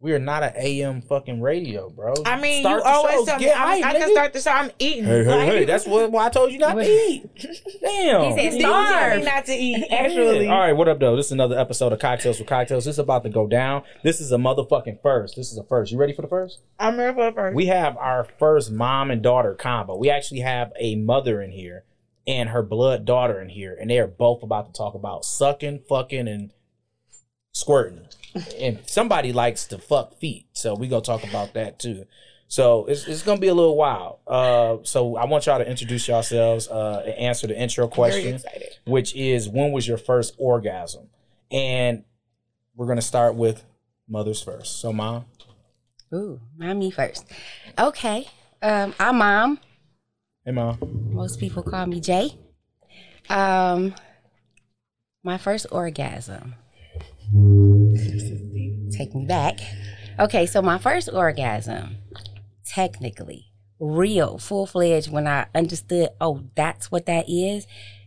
We are not an AM fucking radio, bro. I mean, Start you the always show. tell me Get I'm, hype, I can nigga. start the show. I'm eating. Hey, hey, Like, hey! That's what, why I told you not to eat. Damn. He said, Steve told me starve. not to eat. Yeah. Actually, All right, what up, though? This is another episode of Cocktails with Cocktails. This is about to go down. This is a motherfucking first. This is a first. You ready for the first? I'm ready for the first. We have our first mom and daughter combo. We actually have a mother in here and her blood daughter in here, and they are both about to talk about sucking, fucking, and squirting. and somebody likes to fuck feet, so we gonna talk about that too. So it's, it's gonna be a little wild. Uh, so I want y'all to introduce yourselves uh, and answer the intro Very question, excited. which is when was your first orgasm? And we're gonna start with mothers first. So mom, Ooh, mommy first. Okay. Um, I'm mom. hey mom, Most people call me Jay. Um, my first orgasm. Take me back. Okay, so my first orgasm, technically, real, full fledged, when I understood, oh, that's what that is.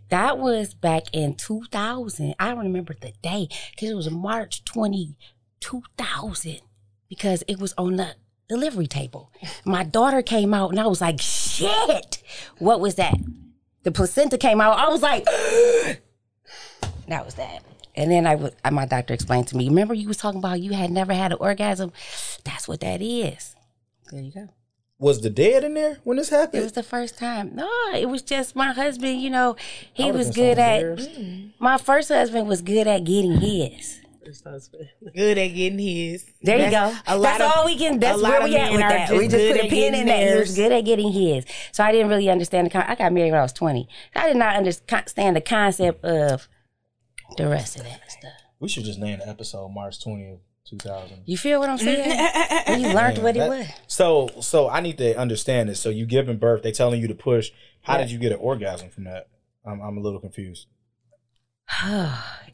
That was back in 2000. I don't remember the day because it was March 20, 2000, because it was on the delivery table. My daughter came out and I was like, shit, what was that? The placenta came out. I was like, that was that. And then I was, my doctor explained to me, remember you was talking about you had never had an orgasm? That's what that is. There you go. was the dead in there when this It happened? was the first time. No, it was just my husband, you know, I he would've was been so good at, Mm. embarrassed. my first husband was good at getting his. good at getting his. There you go. That's A lot that's of, all we can. That's a lot where of we at men with are that. just we just good put a at pin getting in that. He was theirs. good at getting his. So I didn't really understand the. Con- I got married when I was twenty. I did not understand the concept of the rest of that stuff. We should just name the episode March 20th, 2000. You feel what I'm saying? we learned Damn, what that- it was. So, so I need to understand this. So you giving birth, they telling you to push. How did you get an orgasm from that? I'm, I'm a little confused.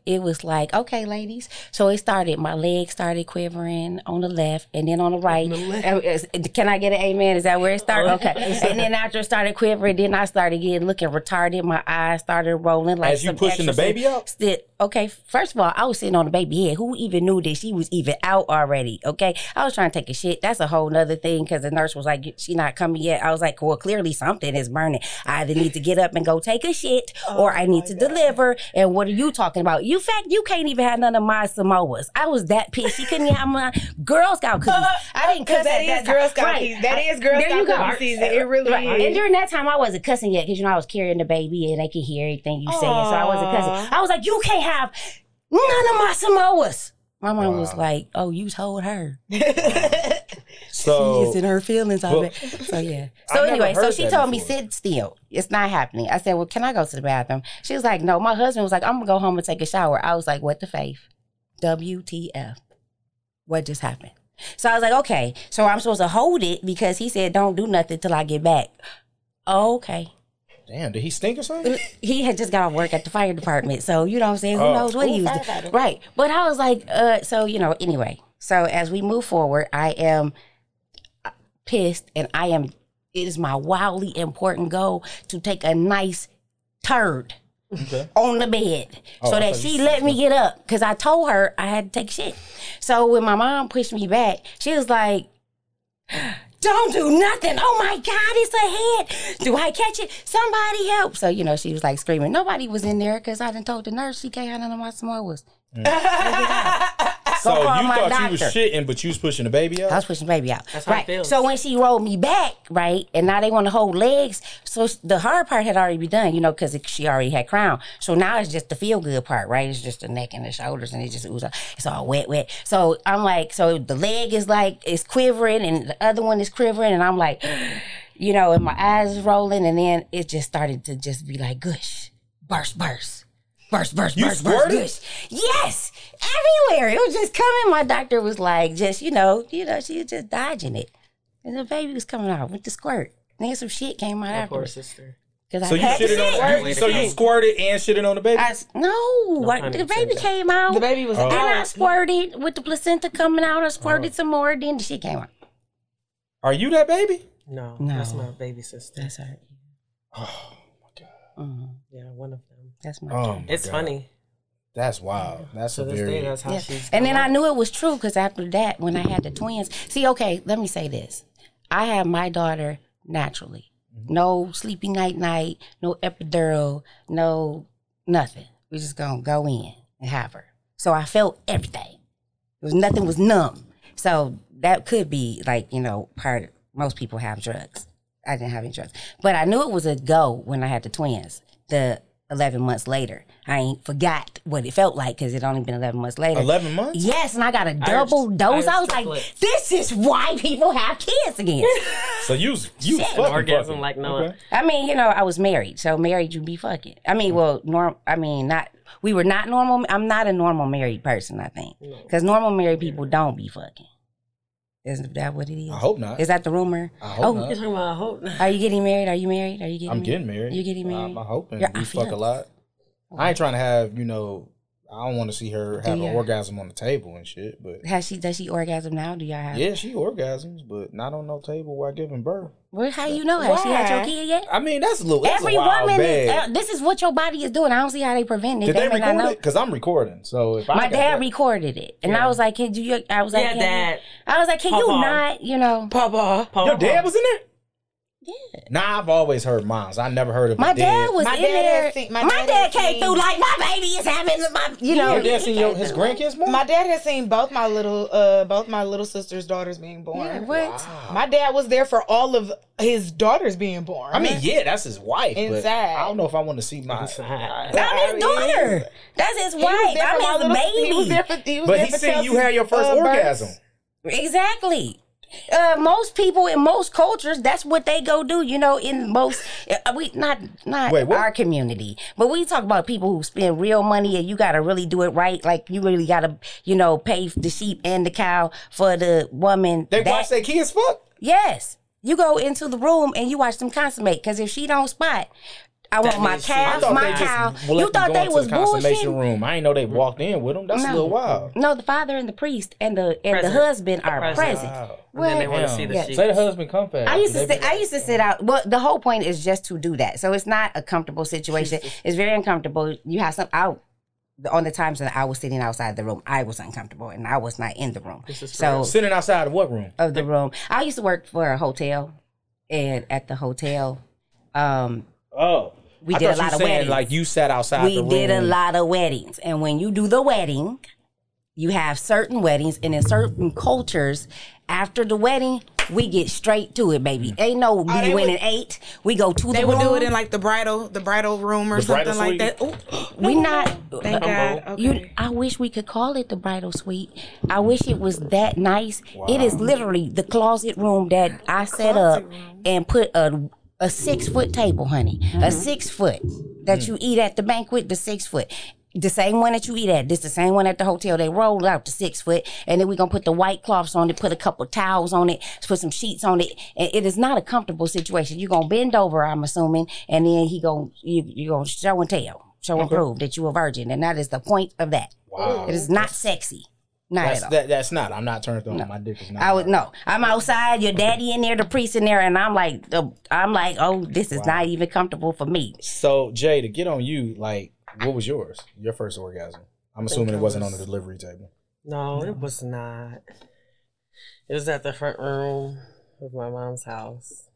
it was like, okay, ladies. So it started. My leg started quivering on the left, and then on the right. Uh, is- Can I get an amen? Is that where it started? Oh. Okay. and then after it started quivering, then I started getting looking retarded. My eyes started rolling like As you some pushing the exorcist. baby out? Sit- Okay. First of all, I was sitting on the baby head. Who even knew that she was even out already? Okay. I was trying to take a shit. That's a whole nother thing because the nurse was like, "She not coming yet." I was like, "Well, clearly something is burning. I either need to get up and go take a shit, or I need to deliver." And what are you talking about? You fact, you can't even have none of my Samoas. I was that pissed. She couldn't even have my Girl Scout cookies. I didn't cuss Because that at that is time. Girl Scout Right. season. That I- is Girl there you Scout go. cookie season. It really Right. is. And during that time, I wasn't cussing yet because you know I was carrying the baby and they could hear everything you saying, so I wasn't Aw. cussing. I was like, "You can't have none of my Samoas." My mom was like, "Oh, you told her So she is in her feelings." I Oh. Well- bet. So yeah. I've So never anyway, so heard she that told me before. sit still. It's not happening. I said, "Well, can I go to the bathroom?" She was like, "No." My husband was like, "I'm gonna go home and take a shower." I was like, "What the faith? WTF? What just happened?" So I was like, "Okay." So I'm supposed to hold it because he said, "Don't do nothing till I get back." Okay. damn, did he stink or something? he had just got off work at the fire department. So, you know what I'm saying? Who Oh. knows what he Ooh, was firefighter. doing. Right. But I was like, uh, so, you know, anyway. So, as we move forward, I am uh, pissed and I am, it is my wildly important goal to take a nice turd Okay. on the bed Oh, I so that thought you she said let me get up because I told her I had to take shit. So when my mom pushed me back, she was like, don't do nothing. Oh my God, it's a head. Do I catch it? Somebody help. So, you know, she was like screaming. Nobody was in there because I done told the nurse she can't have none of my Samoas. So you call my thought you was doctor. shitting, but you was pushing the baby I out. was pushing the baby out. That's how it right. feels. So when she rolled me back, right, and now they want to hold legs. So s- the hard part had already been done, you know, because she already had crown. So now it's just the feel good part, right? It's just the neck and the shoulders, and it just oozes. out. It's all wet, wet. So I'm like, so the leg is like it's quivering, and the other one is quivering, and I'm like, you know, and my eyes is rolling, and then it just started to just be like gush, burst, burst. Burst, burst, You burst, burst, squirted? gush. Yes, everywhere. It was just coming. My doctor was like, just you know, you know, she was just dodging it, and the baby was coming out with the squirt. And then some shit came out My poor afterwards. sister. Cause So I you had shitted shit. on. You, Way to so go. you squirted and shitted on the baby. I s- no, No I- the hundred baby percent. came out. The baby was Oh. and I out. squirted with the placenta coming out. I squirted some more. Then the shit came out. Are you that baby? No, No. that's my baby sister. That's her. Oh my god. Mhm. yeah, one of them. Mm-hmm. That's my. Oh my It's God. funny. That's wild. That's So a this day, very that's how Yeah. she's. And then I knew it was true because after that, when I had the twins, see, okay, let me say this. I have my daughter naturally. No sleepy night night, no epidural, no nothing. We're just gonna go in and have her. So I felt everything. It was nothing was numb. So that could be like, you know, part most people have drugs. I didn't have any drugs. But I knew it was a go when I had the twins. The 11 months later. I ain't forgot what it felt like because it only been 11 months later. eleven months. Yes, and I got a double dose. I was like, triplet. this is why people have kids again. So you you Shit. fucking Orgasm fucking. like no one. I mean, you know, I was married, so married you be fucking. I mean, well, norm. I mean, not we were not normal. I'm not a normal married person. I think because normal married people don't be fucking. Isn't that what it is? I hope not. Is that the rumor? I hope oh, You're not. talking about I hope. are you getting married? Are you married? Are you getting? I'm married? getting married. You're getting married. I'm, I'm hoping You're- I Oh, we fuck a feel- lot. I ain't trying to have you know. I don't want to see her have ya? an orgasm on the table and shit. But Has she? Does she orgasm now? Do y'all have? yeah, she orgasms, but not on no table while giving birth. Well, how you know? Has she had your Why? kid yet? I mean, that's a little. That's Every a wild woman, is, bag. uh, this is what your body is doing. I don't see how they prevent it. Did they, may not record know. it? Because I'm recording. So if I My got dad that- recorded it, and I was like, "Can do you?" I was like, Yeah, "Can Dad. you-" I was like, "Can you Papa. not?" You know, Papa. your dad was in there. yeah. Nah, I've always heard moms. I never heard of My a dad. dad was My in dad there. has seen- my my dad, dad has came seen- through like my baby is having my, you know. Your dad seen your, his grandkids more. My dad has seen both my little uh both my little sister's daughters being born. Yeah, what? Oh. My dad was there for all of his daughters being born. I mean, yeah, that's his wife. But Inside. I don't know if I want to see my. Inside. That's his daughter. That's his wife. He was there for my I'm his little- baby. He was there for, he was But there he for said you Chelsea's, had your first uh, birth. orgasm. Exactly. Uh, most people in most cultures, that's what they go do. You know, in most uh, we not not Wait, what? our community, but we talk about people who spend real money, and you got to really do it right. Like you really got to, you know, pay the sheep and the cow for the woman. They that- watch their kids fuck. Yes, you go into the room and you watch them consummate. Because if she don't spot, I want my means she- I calf, thought my they just cow. let You them thought go they into was the consummation bullshitting. room. I ain't know they walked in with them. That's a No. little wild. No, the father and the priest and the and the Present. husband are Present. present. Wow. And then they What? want to see the Yeah. sheep. Say the husband come fast. I used They to be sit. I used to sit out. Well, the whole point is just to do that. So it's not a comfortable situation. It's very uncomfortable. You have some out. On the times that I was sitting outside the room, I was uncomfortable and I was not in the room. This is So sitting outside of what room? of the room, I used to work for a hotel, and at the hotel, um, Oh, We I did a thought you lot of saying, weddings. Like you sat outside. we the room. did a lot of weddings and when you do the wedding you have certain weddings and in certain cultures after the wedding we get straight to it baby ain't no we Mm. Oh, they went would- and ate we go to They the would room do it in like the bridal the bridal room or The bridal something like that. Ooh, we not Uh, thank God. Okay. you, I wish we could call it the bridal suite. I wish it was that nice. It is literally the closet room that I set up and put a a six foot table, honey. A six foot that you eat at the banquet, the six foot. The same one that you eat at. This the same one at the hotel. They rolled out the six foot, and then we're gonna put the white cloths on it, put a couple towels on it, put some sheets on it. And it is not a comfortable situation. You're gonna bend over, I'm assuming, and then he gonna you you gonna show and tell show and prove that you a virgin, and that is the point of that. Wow. It is not sexy, not That's at all. that, that's not. I'm not turned on. My dick is not. I would no. I'm outside. Your daddy in there, the priest in there, and I'm like, uh, I'm like, oh, this is not even comfortable for me. So Jay, to get on you, like, what was yours? Your first orgasm? I'm assuming it I wasn't on was- the delivery table. No, it was not. It was at the front room of my mom's house,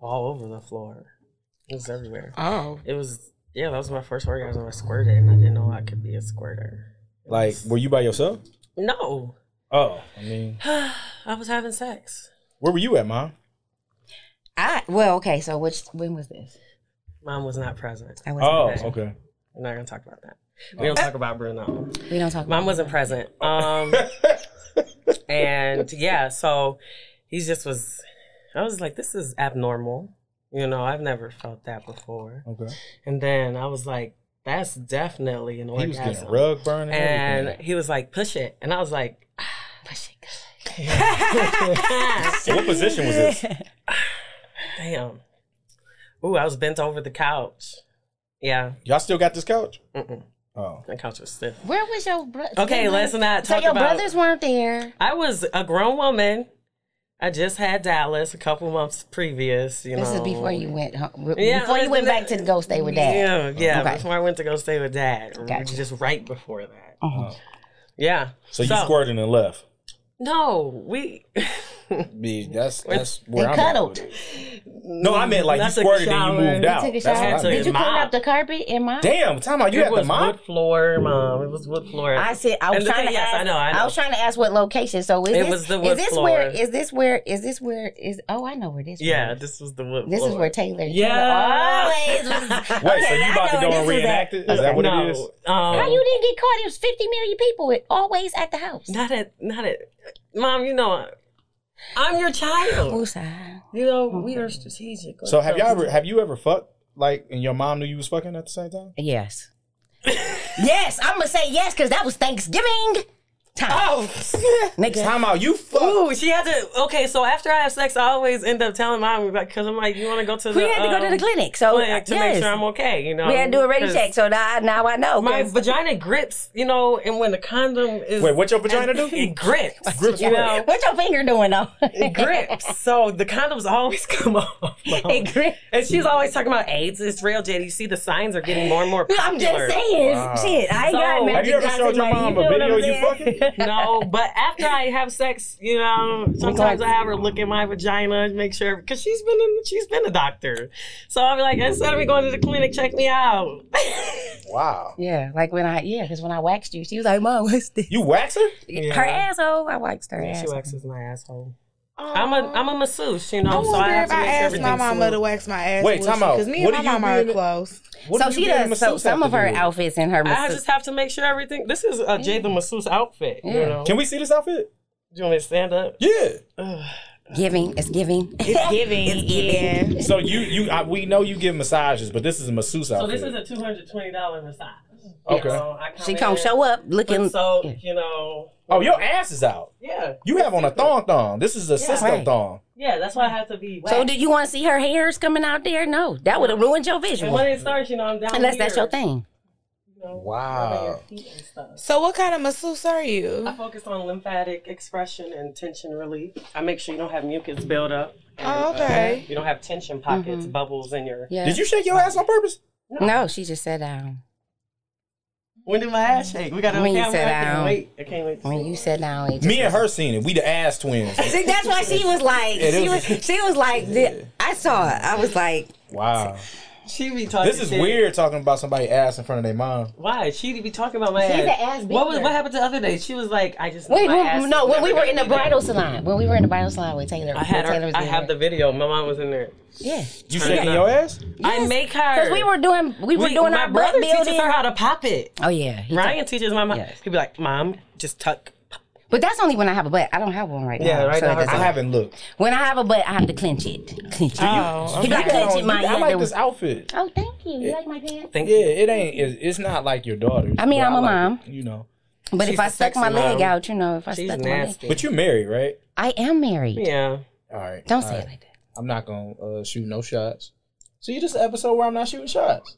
all over the floor. It was everywhere. Oh. It was yeah. That was my first orgasm. I squirted, and I didn't know I could be a squirter. Like, were you by yourself? No, Oh, I mean, I was having sex. where were you at, mom? I well, okay. So which when was this? Mom was not present. I wasn't. Oh, okay. okay. I'm not gonna talk about that. We Oh. don't talk about Bruno. We don't talk. Mom wasn't present. Um, and yeah, so he just was. I was like, this is abnormal. You know, I've never felt that before. Okay. And then I was like, that's definitely an He orgasm. was getting rug burn and, and he was like, push it. And I was like, Push it. everything. What position was this? damn. Ooh, I was bent over the couch. Yeah, Y'all still got this couch? Mm-mm. Oh, the couch was stiff. Where was your brother? Okay, let's not So talk your about. brothers weren't there. I was a grown woman I just had Dallas a couple months previous. You This know, is before you went home. Yeah, before you went that- back to go stay with dad. Mm-hmm. Yeah, yeah. Okay. Before I went to go stay with dad, or Gotcha. just right before that. Uh-huh. Yeah. So you squirted and left. No, we. Be- That's that's They where I'm at cuddled. with it. No, I meant like you squirted and you moved out. Took a That's what I shower. Had to meant. Did you clean mop. up the carpet in my? Damn, time out. You it had the was mop. wood floor, mom. It was wood floor. I said I was And the trying thing- to yes, ask. I know, I know. was trying to ask what location. So is It this, was the is wood this where floor. is this where is this where is oh I know where this yeah, was. this was the wood this floor. is where Taylor Yeah. Taylor always was Wait, so Okay, you I about to know go where and this reenact was at. it? Is that what no, it is? Um, How you didn't get caught? It was fifty million people with always at the house. Not at, not at, mom. You know, I- I'm your child. Woosah. You know, we are strategic. So have y'all ever have you ever fucked like and your mom knew you was fucking at the same time? Yes. yes, I'm gonna say yes because that was Thanksgiving time. Oh. Next time. Time out. You fuck. Ooh, she had to. Okay, so after I have sex, I always end up telling mom like, because I'm like, you want to go to the We had to go to the um, clinic, so clinic to yes. make sure I'm okay. You know, we had to do a ready 'Cause check. So now, now I know. My 'cause- vagina grits, you know, and when the condom is Wait, what your vagina do? It grits. Grips you what? know, what your finger doing though? it grips. So the condoms always come off. It grips. And she's always talking about AIDS. It's real, Jada. You see, the signs are getting more and more popular. I'm just saying, shit. I ain't got So- magic. Have you ever Johnson showed your mom money, you a feel what video I'm you saying? fucking? no, but after I have sex, you know, sometimes I have her look at my vagina and make sure because she's been in, she's been a doctor, so I'm like, instead of me going to the clinic, check me out. Wow. Yeah, like when I yeah, because when I waxed you, she was like, "Mom, what's this?" You wax her? Her asshole. I waxed her she asshole. waxes my asshole. I'm a I'm a masseuse, you know, I so wonder I have if to I make sure asked my everything's mama to smooth. wax my ass. Wait, time out. Because me What and do my you mama mean are it- close. What So do you she get in does. So masseuse some have of to her do? outfits and her. I masseuse- just have to make sure everything. This is a Jay the masseuse outfit, you Mm. Yeah. know. Can we see this outfit? Do you want me to stand up? Yeah. giving. It's giving. It's giving. yeah. So you you I, we know you give massages, but this is a masseuse outfit. So this is a two hundred twenty dollar massage. Okay. So I come she in, gonna show up looking. So Yeah. you know, oh, your ass is out. yeah, You have on a thong thong. This is a system Right. thong. yeah. That's why I have to be. So waxed. did you want to see her hairs coming out there? No, that would have ruined your And visual. when it starts, you know, I'm down Unless here, that's your thing. you know, Wow. rubbing your feet and stuff. So what kind of masseuse are I you? focus on lymphatic expression and tension relief. I make sure you don't have mucus build up. and, Oh, uh, okay. you don't have tension pockets, bubbles in your. Mm-hmm. Yeah. Did you shake your ass on purpose? No, she just sat down. When did my ass shake? We got it on When you camera. sit I can't down. wait. I can't wait. To When see. you sat down, it just Me and her seen it. We the ass twins. See, that's why she was like, It she is- was, she was like, the- I saw it. I was like, Wow. She be talking. This is shit. weird talking about somebody ass in front of their mom. Why she be talking about my She's ass? an ass what was beater. what happened the other day? She was like, I just wait, my when- ass is no, when we never were in the gonna be bridal salon, when we were in the bridal salon with Taylor, there. I had when Taylor her, I have the video. My mom was in there. yeah, You Turn it shaking up. your ass? I make her because we were doing, we were we- doing my our butt brother teaches building. her how to pop it. Oh yeah, he Ryan teaches my mom. Yes. He'd be like, Mom, just tuck. does. But that's only when I have a butt. I don't have one right Yeah, now. right so it now her- I doesn't- haven't looked. When I have a butt, I have to clench it. Clench it. Oh, He got You got clench on- it, my I hand. like though. this outfit. Oh, thank you. You like my pants? Thank Yeah, you. it ain't. It's, it's not like your daughter. I mean, but I'm a like mom. it, you know, But She's if I a stuck sexy my leg mom. out, you know, if I She's stuck my leg, nasty. but you married, right? I am married. yeah. All right. Don't all say it right. like that. I'm not gonna uh, shoot no shots. See, this is an episode where I'm not shooting shots.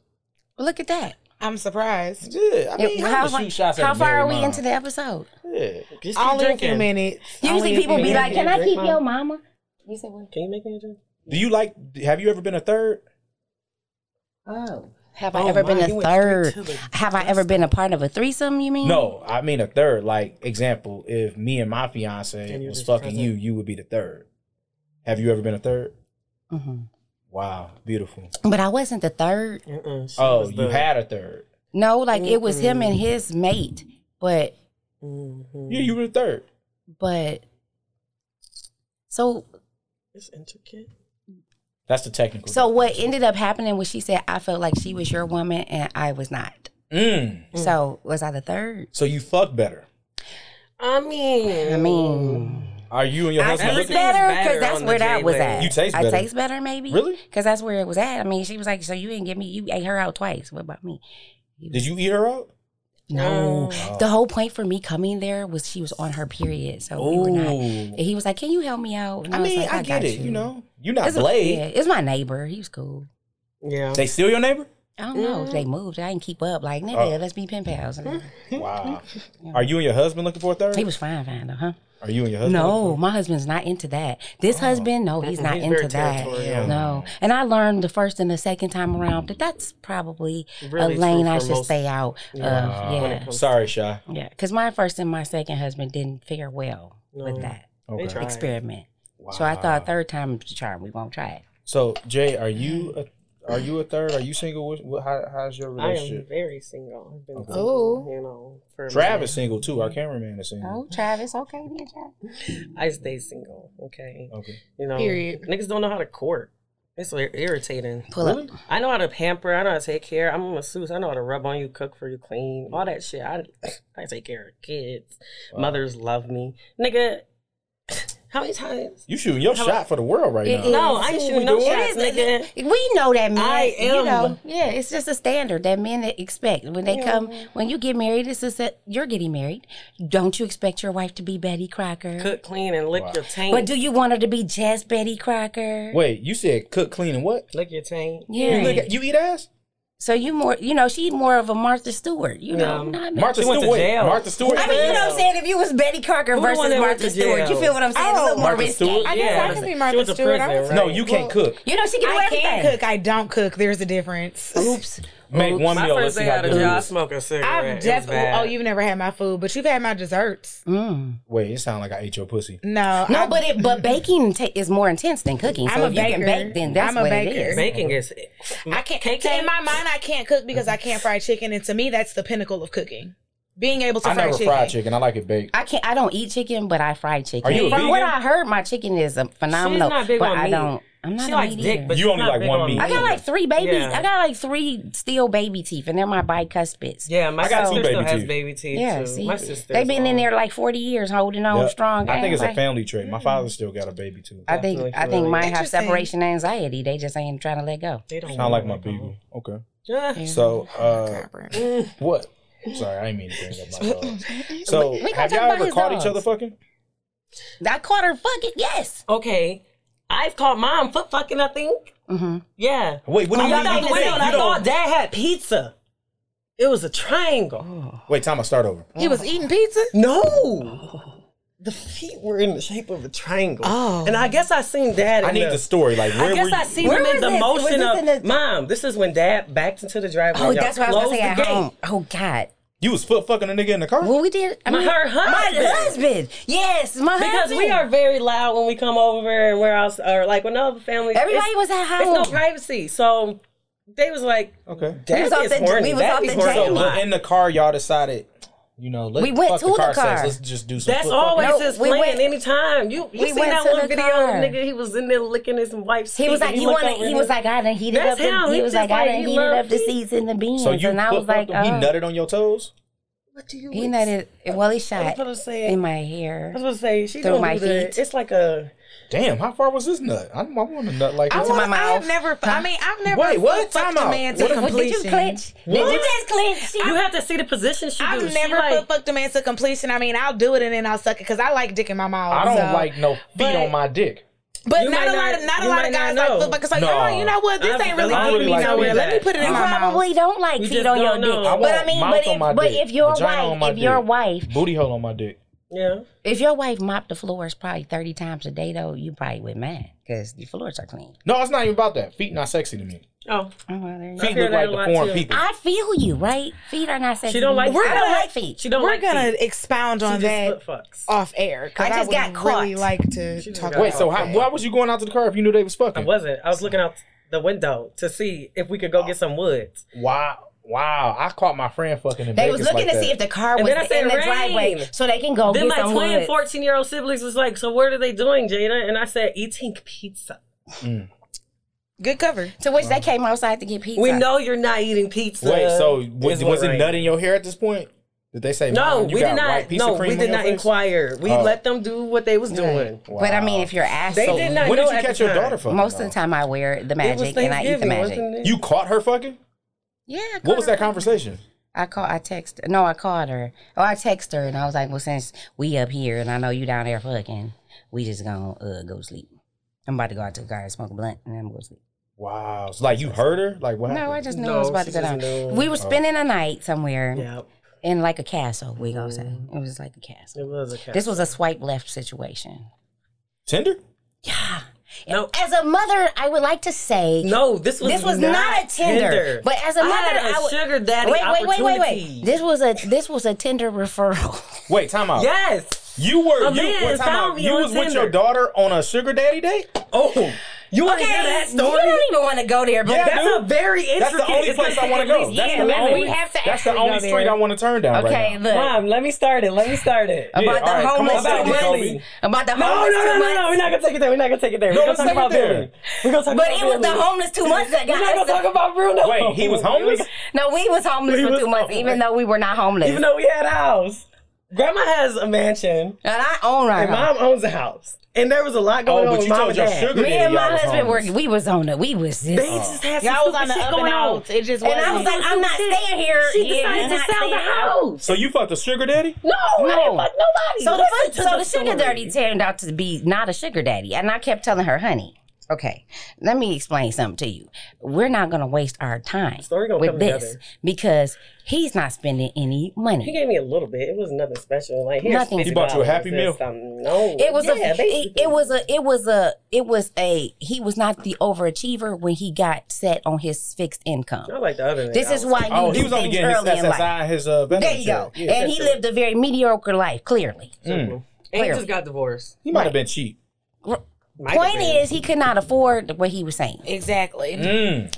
Well, look at that. I'm surprised. Yeah, I mean, It- how, how shoot shots at how a far are married we mom. into the episode? Yeah. Just keep Only a drinking. few minutes. Only Usually a people few be minutes. like, "Can I Drink keep mine. your mama?" You said what? Can you make me a drink? Do you like? Have you ever been a third? Oh, have I Oh, ever been my, a you went third? straight to the Have I ever been a part of a threesome? You mean? No, I mean a third. Like example, if me and my fiance And you're was just fucking present. you, you would be the third. Have you ever been a third? Mhm. Wow, beautiful. But I wasn't the third. Uh-uh, she Oh, was you the- had a third. No, like it was him and his mate. But Mhm. Yeah, you were the third. but so It's intricate. That's the technical. so what ended up happening was she said I felt like she was your woman and I was not. Mm. So was I the third? So you fuck better. I mean, um, I mean, Are you and your I husband Everything taste looking? is better better because that's on where the that was J-Wave. at. You taste better. I taste better, maybe. Really? Because that's where it was at. I mean, she was like, "So you didn't give me? You ate her out twice. What about me?" Did you eat her out? No. The whole point for me coming there was she was on her period, so we were not. Oh. Ooh. And he was like, "Can you help me out?" And I mean, was like, I, get got it. You. know, you're not it's a- Blade. yeah, it's my neighbor. He was cool. yeah. They steal your neighbor? I don't know if they moved. I didn't keep up. Like, nigga, let's be pen pals. And Wow. Are you and your husband looking for a third? he was fine, fine though, huh? Are you and your husband? No, my husband's not into that. This husband, no, he's not He's very into that. territorial. No. And I learned the first and the second time around that that's probably Really a true lane for I should most- stay out Yeah. of. When it Yeah. comes- Sorry, Shy. Yeah. Because my first and my second husband didn't fare well No. with that They Okay. try. experiment. Wow. So I thought third time is the charm. We won't try it. So Jay, are you a, are you a third? Are you single? What, what, how, how's your I am relationship? very single. I've been Okay. single, you know, for a Travis single too. Our cameraman is single. Oh, Travis, okay, then Travis. minute. I stay single. Okay, Oh. Okay. you know, Period. niggas don't know how to court. It's ir- irritating. Pull Really? up. I know how to pamper. I know how to take care. I'm a masseuse. I know how to rub on you, cook for you, clean, all that shit. I I take care of kids. Wow. Mothers love me, nigga. How many times? You shooting your shot for the world right It now. is. No, I ain't shooting no doing? shots, nigga. We know that man. I You am. know, yeah, it's just a standard that men that expect when they Yeah. come. When you get married, it's just that you're getting married. Don't you expect your wife to be Betty Crocker? Cook, clean, and lick Wow. your tank. But do you want her to be just Betty Crocker? Wait, you said cook, clean, and what? lick your tank. You, Yeah. look at, you eat ass? so you more, you know, she more of a Martha Stewart. You know, No. not Martha She went to Stewart. jail. Martha Stewart. I mean, you know what I'm saying? If you was Betty Crocker Who the versus one that went Martha to Stewart, you jail? Oh. feel what I'm saying? It's a little more Martha risky. Stewart? I guess I could be She Martha went to Stewart. I prison, was right? no, you can't cook. You know, she can do I everything. can cook. I don't cook. There's a difference. Oops. Make one My meal. Let's first see day how out of good it jail, I is. smoke a cigarette. It I've was definitely. bad. Oh, you've never had my food, but you've had my desserts. Mm. Wait, it sound like I ate your pussy. No, No, I- but it but baking ta is more intense than cooking. So I'm a if you can baker. bake, then that's I'm a what baker. it is. Baking is. I can't. Cake in my mind, I can't cook because I can't fry chicken, and to me, that's the pinnacle of cooking. Being able to I fry never chicken. fried chicken. I like it baked. I can't. I don't eat chicken, but I fry chicken. Are you a From what vegan? I heard, my chicken is a phenomenal. She's not big but on I meat. don't. I'm not she a likes meat dick, eater. but You she's only not like big one on meat. I got like three baby. Yeah. I got like three steel baby teeth, and they're my bicuspids. Yeah, my I got two sister still baby has teeth. baby teeth Yeah, too. see, my sister. they've been in there like 40 years, holding on Yep. strong. I think it's a Like, family trait. My father still got a baby too. I think Definitely I think familiar. mine have Interesting. separation anxiety. They just ain't trying to let go. They don't Sound like my want to beagle. Okay. go. Yeah. So, uh, Copper. what? Sorry, I didn't mean to bring up my dog. So, We gonna have talk y'all about ever his caught dogs. each other fucking? I caught her fucking yes. Okay, I've called mom foot fucking. I think. Mm-hmm. Yeah. Wait, what do I you looked mean? out you the window and I thought don't- dad had pizza. It was a triangle. Wait, time I start over. He was eating pizza. No. The feet were in the shape of a triangle. Oh. And I guess I seen dad. I in need the- the story. Like, where I guess were I you? seen Where him in was the this? Was motion this of in the- mom. This is when dad backed into the driveway. Oh, Y'all that's what I was gonna closed say the at gate. home. Oh God. You was foot fucking a nigga in the car? Well, we did. I My- her husband. My husband. Yes, my Because husband. we are very loud when we come over and we're out, or like when other families. Everybody it's- was at It's home. no privacy. So they was like, Okay. Dad was off is the- horny. we was Dad off be the horny jail. a lot. But in the car, y'all decided, you know, let's We went fuck to the car, the car. sex. Let's just do some That's foot always fucking. No, his we plan. went- anytime you you we seen went that to one the video, car. nigga, he was in there licking his wife's. He was feet, like, and you looked want over to? He and was like, I done heated That's up. The, him. He He was like, just I like, done he heated loved up the me. seats and the beans, So you and I foot was like, fucked him? He oh. nutted on your toes? "What do you?" He want?" nutted. Well, he I was shot gonna say. in my I hair. was gonna say she Through don't my do that. feet. It's like a Damn, how far was this nut? I, I want a nut like I, this. my want, I mouth. have never. I mean, I've never. Wait, what? Fucked Time a out. man to What- what Did you completion. clench? Did you just clench? you have to see the position she I've do. She never like, put fucked a man to completion. I mean, I'll do it and then I'll suck it because I like dick in my mouth. I don't so. like no feet but- on my dick. But You not a lot might not- of not a you lot might of not guys like know. foot fuckers. Like, No. oh, you know what? This I've- ain't really I getting really me like nowhere. doing Let me that. put it You in my probably mouth. don't like You feet just on your don't dick. know. I But I want mean, mouth but on my if, but dick, if your vagina on wife, my if your dick. wife, Booty hole on my dick. yeah. if your wife mopped the floors probably thirty times a day though, you probably would mad because the floors are clean. No, it's not even about that. Feet not sexy to me. Oh, Oh, well, there you go. Feet hear look that like a lot, deformed too. people. I feel you, right? Feet are not sexy. she don't like. We're feet. gonna like feet. She don't We're like gonna feet. expound She on that just foot fucks. off air. 'cause I just would got caught. Really like to She just talk. got Wait, about so how, that. why was you going out to the car if you knew they was I fucking? wasn't. I was looking out the window to see if we could go get some woods. Wow, wow! I caught my friend fucking in They Vegas was looking like to that. see if the car And was in then I said the rain. driveway so they can go Then get my some twin wood. 14 year old siblings was like, So what are they doing, Jada? And I said, Eating pizza. Good cover. to which they came outside to get pizza. We know you're not eating pizza. Wait, so is was, what was it Rain- nut in your hair at this point? Did they say No, "Mom, you we got did White not. piece No, of cream we on did your not face? inquire. We Oh. let them do what they was doing. But I Wow. mean, if you're ass, They so did not When know did you at the catch your time. daughter fucking? most of though? the time I wear the It magic was and I eat the Thanksgiving, magic. wasn't it? You caught her fucking? Yeah. I What called was her. that conversation? I call. I text. No, I called her. Oh, I text her and I was like, "Well, since we up here and I know you down there fucking, we just gonna uh, go to sleep. I'm about to go out to the car and smoke a blunt and then I'm gonna go to sleep." Wow, so, like you heard her? Like what? No, I happened? just knew No, I was about she to go just down. knew. We were spending a night somewhere. Yep. in like a castle. We gonna say it was like a castle. Mm-hmm. It was a cat. This was a swipe left situation. Tinder? Yeah. No. As a mother, I would like to say no, this was this was not, a Tinder, but as a I mother, had a I would, sugar daddy wait, wait, wait, wait, opportunity. wait. This was a this was a Tinder referral. Wait, time out. yes. You were A you man wait, time found out. me You on was with Tinder. your daughter on a sugar daddy date? Oh, you want to hear that story? You don't even want to go there, but Yeah, That's dude. a very intricate. That's the only it's gonna place I take want to at go. least That's years. the yeah, only. we have to That's the actually only go street there. I want to turn down okay, right now. look Mom, let me start it. Let me start it. about yeah, the all right, come homeless on, too about much. it, Kobe. About the No, homeless no, no, too no, much. no. We're not gonna take it there. We're not gonna take it there. No, We're gonna let's talk take it about there. Billy. We're gonna talk But about it was the Billy. homeless two months that We're not got gonna talk us. about Bruno. Wait, he was homeless? No, we was homeless We for was two months, homeless. even though we were not homeless. Even though we had a house. Grandma has a mansion and I own our and home. mom owns a house. And there was a lot going Oh, on but with you mom told and your dad. sugar Me daddy and my y'all was husband were homeless. we was on it. We was They just just had some Y'all was stupid on the shit up going and on. out. It just and wasn't. I was like, I'm not staying here. She Yeah, I'm decided to not sell the staying here. house. So you fucked a sugar daddy? No, I No. didn't fuck nobody. So the, Listen first, to so the sugar story. daddy turned out to be not a sugar daddy, and I kept telling her, "Honey, okay, let me explain something to you. We're not gonna waste our time Story gonna with come this together. because he's not spending any He money. gave me a little bit. It was nothing special. Like here's Nothing. $50. He bought you a Happy This, Meal? um, No, It was Yeah, a, it, basically. it was a, it was a, it was a. He was not the overachiever when he got set on his fixed income. I like the other. nigga. This Oh, I is was- why you Oh, do he was only things getting his early in SSI life. and his uh, There you go. and he lived a very mediocre life. Clearly, Mm, And he Clearly. just got divorced. He might have been cheap. Might have point been. is he could not afford what he was saying, exactly. Mm.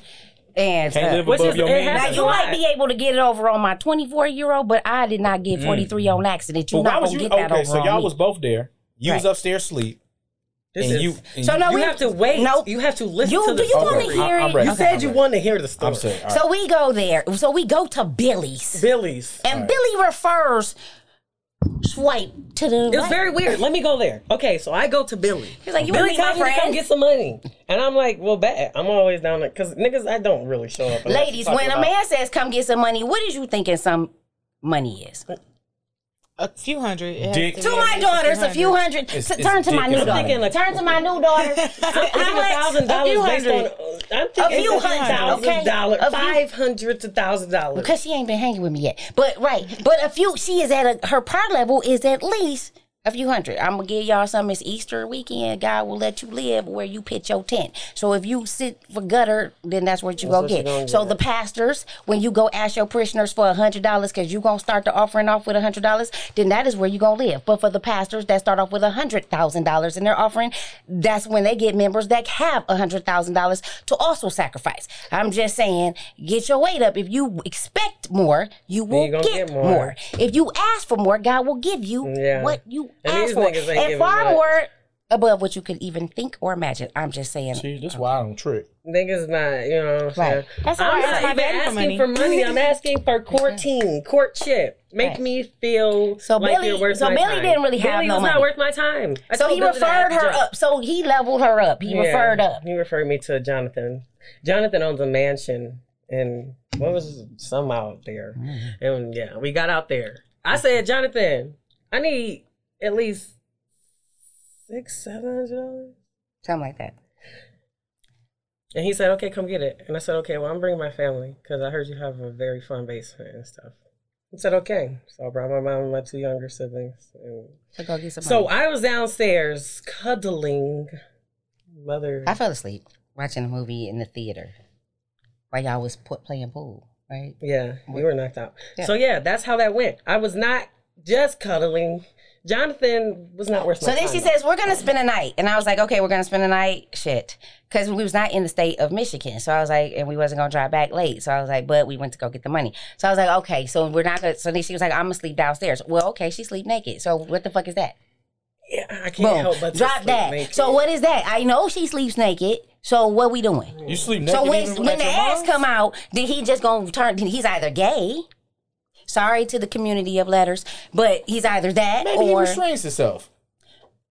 and Can't uh, live Which above is- your it means. Now happens. That's you a might lot. be able to get it over on my 24 year old, but I did not get 43 on accident. Mm. But You're why not was gonna you get that okay? over So on y'all me. was both there. You was Right. upstairs asleep, This and is- you. and So you- no, You we have to wait. Nope. You have to listen You to do the you want to Okay, story. hear I- I'm it? ready. You Okay, said I'm you ready. wanted to hear the story. I'm sorry. all right. So we go there. So we go to Billy's, Billy's. and Billy refers swipe to the. It was right. very weird. Let me go there. Okay, so I go to Billy. He's like, "You wanna Billy be my tells me to come friend?" get some money, and I'm like, well, bet. I'm always down there because niggas, I don't really show up. unless Ladies, you're talking when a about- man says "come get some money," what is you thinking some money is? A few hundred. it has Dick. be To at my least a daughters, few a few hundred. It's- T- it's turn to my dick. new I'm daughter. thinking like- Turn to my new daughter. I'm How thinking a much? thousand dollars based on. hundred. I'm thinking few it's a hundred, thousand okay? dollar- A few- five hundred to thousand dollars. because she ain't been hanging with me yet. But right, but a few. She is at a her par level is at least a few hundred. I'm gonna give y'all some. It's Easter weekend. God will let you live where you pitch your tent. So if you sit for gutter, then that's what you go what you get. gonna So get. the pastors, when you go ask your parishioners for a hundred dollars, cause you gonna start the offering off with a hundred dollars, then that is where you gonna live. But for the pastors that start off with a hundred thousand dollars in their offering, that's when they get members that have a hundred thousand dollars to also sacrifice. I'm just saying, get your weight up. If you expect more, you will you gonna get, get more. more. If you ask for more, God will give you Yeah. what you And ask these for, niggas ain't and giving far much. more above what you could even think or imagine. I'm just saying. See, this is why I don't trick. Niggas not, you know. What I'm Right. saying? That's why I I'm ask my not even daddy for asking money. for money. I'm asking for courting, courtship. Make Right. me feel So like Billy- you're worth so my Billy time. didn't really have Billy no was money. not worth my time. I So told he Billy that I had referred to her jump. up. So he leveled her up. He Yeah, referred up. He referred me to Jonathan. Jonathan owns a mansion, and what was some out there? Mm. And yeah, we got out there. I said, Jonathan, I need at least six, seven hundred dollars. Something like that. And he said, okay, come get it. And I said, okay, well, I'm bringing my family because I heard you have a very fun basement and stuff. He said, okay. So I brought my mom and my two younger siblings. And So go get some so money. I was downstairs cuddling mother. I fell asleep watching a movie in the theater while y'all was put, playing pool, right? Yeah, we were knocked out. Yeah. So yeah, that's how that went. I was not just cuddling. Jonathan was not worth. So my then time, she though. says, "We're gonna spend a night," and I was like, "Okay, we're gonna spend a night." Shit, because we was not in the state of Michigan, so I was like, and we wasn't gonna drive back late, so I was like, but we went to go get the money. So I was like, okay, so we're not gonna. So then she was like, "I'm gonna sleep downstairs." Well, okay, she sleep naked. So what the fuck is that? yeah, "I can't Boom, help but to drop sleep that. naked. So what is that? I know she sleeps naked. So what we doing? You sleep naked. So even when, when at the your ass mom's? come out, then he just gonna turn. then He's either gay. Sorry to the community of letters, but he's either that maybe he or restrains himself.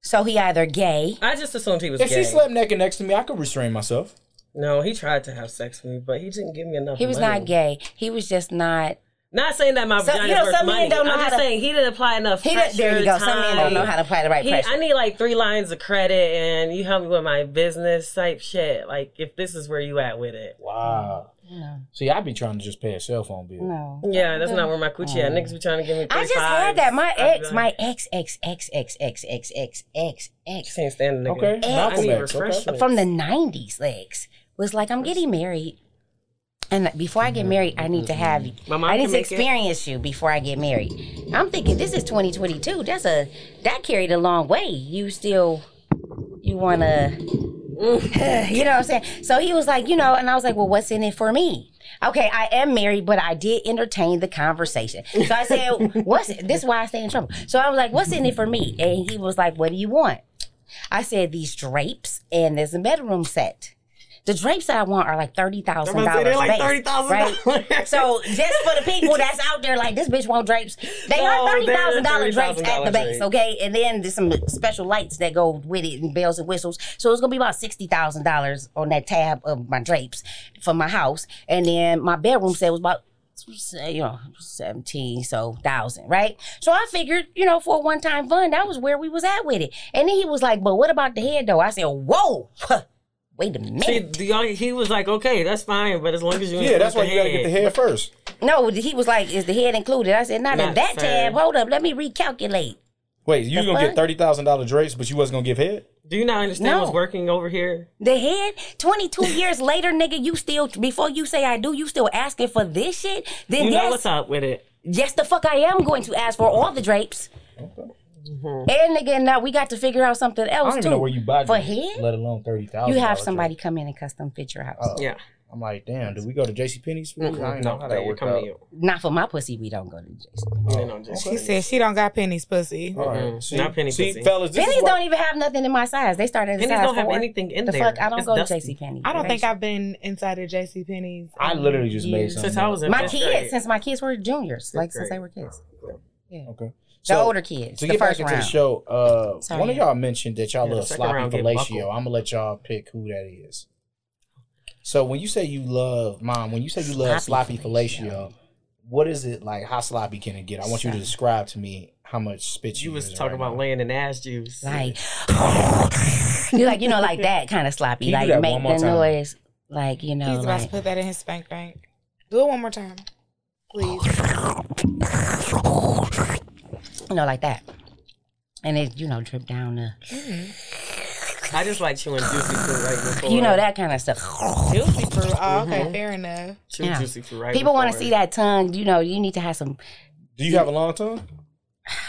so he either gay. I just assumed he was If gay. she slept naked next to me, I could restrain myself. no, he tried to have sex with me, but he didn't give me enough. He was money. not gay. He was just not. Not saying that my So, vagina you know, is worth some men money. don't know I'm how just to- saying he didn't apply enough. He pressure, did, there you go. Some men don't time. know how to apply the right He, pressure. I need like three lines of credit, and you help me with my business type shit. Like if this is where you at with it. Wow. No. See, I'd be trying to just pay a cell phone bill. No. Yeah, that's not where my coochie at. Niggas be trying to give me. I just 35s. had that. My I'd be ex, like, my ex, ex, ex, ex, ex, ex, ex, ex, I ex can't stand a nigga. Okay. I Malcolm need X, okay. refreshment. from the '90s, legs was like, I'm getting married, and before I get married, I need to have you. My mom I need can to make it. experience you before I get married. I'm thinking this is 2022. That's a that carried a long way. You still, you wanna, you know what I'm saying? So he was like, you know, and I was like, well, what's in it for me? Okay, I am married, but I did entertain the conversation. So I said, what's this? Is why I stay in trouble. So I was like, what's in it for me? And he was like, what do you want? I said these drapes and there's a bedroom set. The drapes that I want are like thirty thousand about to say, dollars. they're like $30,000. Right? so just for the people that's out there, like this bitch want drapes. They No, are thirty they're thousand dollar drapes at the base, $30,000 drapes. okay? And then there's some special lights that go with it and bells and whistles. So it's gonna be about sixty thousand dollars on that tab of my drapes for my house, and then my bedroom set was about say, you know, 17, so thousand, right? So I figured, you know, for a one time fund, that was where we was at with it. And then he was like, but what about the head though? I said, whoa, wait a See, minute. the young- he was like, okay, that's fine, but as long as you Yeah, that's why you gotta get the head. head first. No, he was like, is the head included? I said, not, in Not that fair. tab. Hold up, let me recalculate. Wait, you The gonna get fuck? thirty thousand dollar drapes, but you wasn't gonna give head? Do you not understand No. what's working over here? The head, 22 years later, nigga, you still, before you say I do, you still asking for this shit? Then You know yes, what's up with it. yes, the fuck I am going to ask for all the drapes. And again, now we got to figure out something I don't else too. even know where you buy for these, head. let alone thirty thousand. Oh. You have somebody come in and custom fit your house. Yeah. I'm like, damn, do we go to JC Penney's? I don't know No, how they that worked come out. Oh, to you. Not for my pussy. We don't go to Jason. They don't just- She said she don't got pennies, pussy. All right. Mhm. See, Not penny see, pussy. fellas, this Pennies is why- don't even have nothing in my size. They started at Pennies size don't have four. anything in the there. fuck? I don't It's go dusty. to JC Penney. I don't think I've been inside of JC Penney's. I literally just made something. Since I was in My fifth kids, grade. since my kids were juniors, like since grade. they were kids, Okay. the So, older kids, to the get back first into round. the show, uh, Sorry. one of y'all mentioned that y'all Yeah, the love second round sloppy get fellatio. buckled. I'm gonna let y'all pick who that is. So when you say you love mom, when you say you love sloppy Sloppy fellatio, what is it like? How sloppy can it get? I want you to Sloppy. describe to me how much spit you You was using talking right about now. laying in ass juice. Like you like you know like that kind of sloppy. Can you do like that make one more the time? noise, like you know, He's about to like put that in his spank bank. Do it one more time, please. you know like that, and it you know drip down the I just like chewing juicy food right before. you know that kind of stuff. Guilty fruit. Oh, okay, fair enough. Chew Yeah. juicy food right People want to before. see that tongue. You know, you need to have some Do you have a long tongue?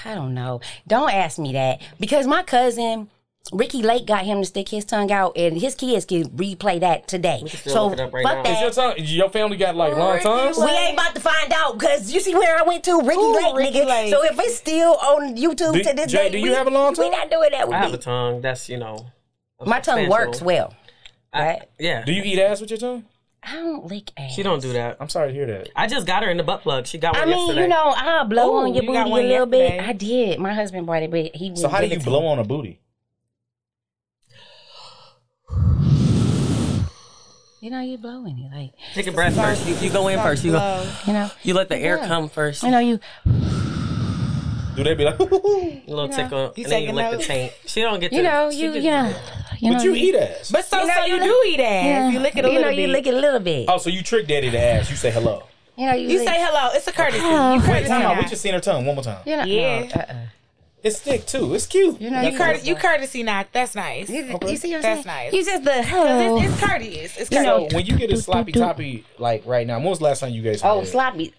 I don't know. Don't ask me that because my cousin Ricky Lake got him to stick his tongue out, and his kids can replay that today. still So look it up right now. fuck Is your tongue? that. Your family got like long tongues? We ain't about to find out because you see where I went to, Ricky Ooh, Lake, Ricky nigga. Lake. So if it's still on YouTube Do- to this Jay, day, do you we- have a long We tongue? not doing that with I have a me. tongue. That's, you know. My tongue substantial. works well, right? Yeah. Do you eat ass with your tongue? I don't lick ass. She don't do that. I'm sorry to hear that. I just got her in the butt plug. She got one I mean, yesterday. you know, I'll blow Ooh, on your you booty got a one little bit. yesterday. I did. My husband bought it, but he So wouldn't how do give you it to blow me. on a booty? You know, you blow in it, like Take a breath first. You, you go in first. You go, Blow. you know, you let the air Yeah. come first. you know, you Do they be like, but A little You know, tickle, you and then you taking lick the notes. taint. She don't get. you to, know, she you gets- you know, you know, you eat ass. But so, You know, so you you know- do eat ass. You lick it a you little know, You bit. lick it a little bit. Oh, so you trick daddy to ass? You say hello. You know, you, you lick- say hello. It's a courtesy. Oh, you Wait, courtesy. time out. We nod. just seen her tongue one more time. You know, Yeah. no, uh-uh. It's thick too. It's cute. You know, You, you, courtesy, you courtesy not. That's nice. you, you see what I'm That's saying? nice. You just the hello. It's, it's courteous. It's courteous. You know, So when you get a sloppy toppy like right now, when was the last time you guys? oh, had? sloppy.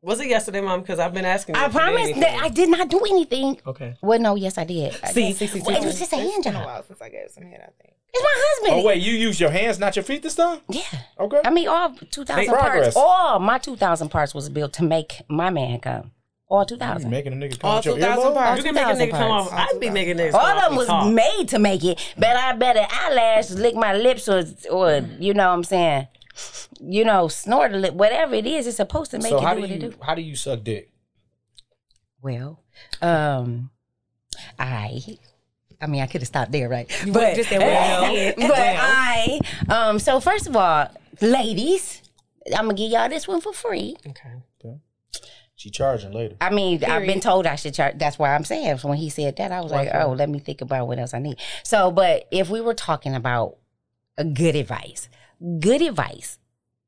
Was it yesterday, mom? Because I've been asking. you I if you did promise anything. that I did not do anything. Okay. Well, no, yes, I did. I See, did. see, see, Well, see. it was just a hand It's been a job. while since I gave some head. I think. It's my husband. Oh wait, you use your hands, not your feet this time? Yeah. Okay. I mean, all 2,000 Make progress. parts. All my 2,000 parts was built to make my man come. All you 2,000. making a nigga come All out your 2,000 earlobe? pounds. You can make a 2,000 nigga come parts. off. I'd be making niggas. All of come off them and was talk. made to make it, but I better eyelash, lick my lips, or, or you know what I'm saying? You know, snort a lip, whatever it is, it's supposed to make So it how do do what it you do. how do you suck dick? Well, um, I, I mean, I could have stopped there, right? would've just said, well, but I, um, so first of all, ladies, I'm gonna give y'all this one for free. Okay. She charging later. I mean, I've been told I should charge. That's why I'm saying. So when he said that, I was like, oh, let me think about what else I need. So, but if we were talking about a good advice, good advice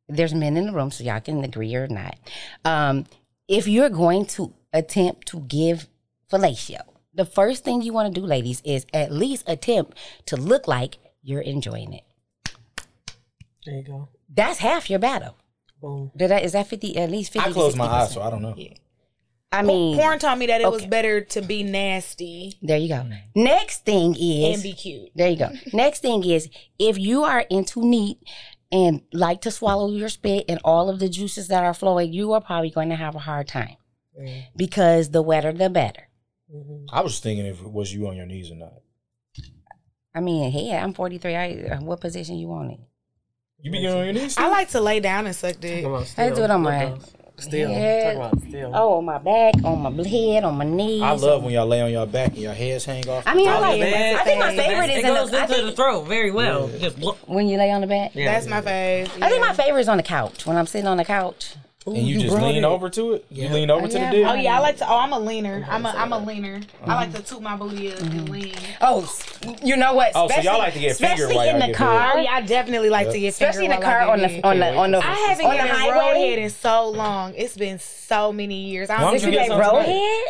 there's men in the room, so y'all can agree or not. Um, if you're going to attempt to give fellatio, the first thing you want to do, ladies, is at least attempt to look like you're enjoying it. There you go. That's half your battle. Boom. Did I, is that fifty? At least fifty. I to closed my eyes, 60%. so I don't know. I mean, Porn taught me that it was Okay. better to be nasty there you go. Next thing and is be cute. There you go. Next thing is if you are into meat and like to swallow your spit and all of the juices that are flowing, you are probably going to have a hard time Mm. because the wetter the better. Mhm. I was just thinking if it was you on your knees or not. I mean, hey, I'm 43. I uh, what position you want it? You be getting on your knees? I like to lay down and suck dick. Come on, I still. do it on Look my up. Still. head. Talk about still. Oh, on my back, on my head, on my knees. I love when y'all lay on y'all back and your heads hang off. I mean, I Oh, like. man. I think my That's the favorite best. is it in goes the. I into the think throat very well. Just look. when you lay on the back. Yeah. That's my fave. I think yeah. my favorite is on the couch. When I'm sitting on the couch. Ooh, and you, just brought lean it. over to it. You Yeah. lean over Oh, to yeah. the dick. Oh yeah, I like to. Oh, I'm a leaner. I'm a I'm a leaner. I like to toot my booty up and lean. Oh, s- you know what? Oh, so y'all Especially- like to get fingered especially while y'all in the get car. Oh yeah, I definitely like to get Especially in the fingered while I car get on hit. the on the on the I haven't on the gotten roadhead highway. in so long. It's been so many years. I, Why don't don't Did you you think get get something roadhead?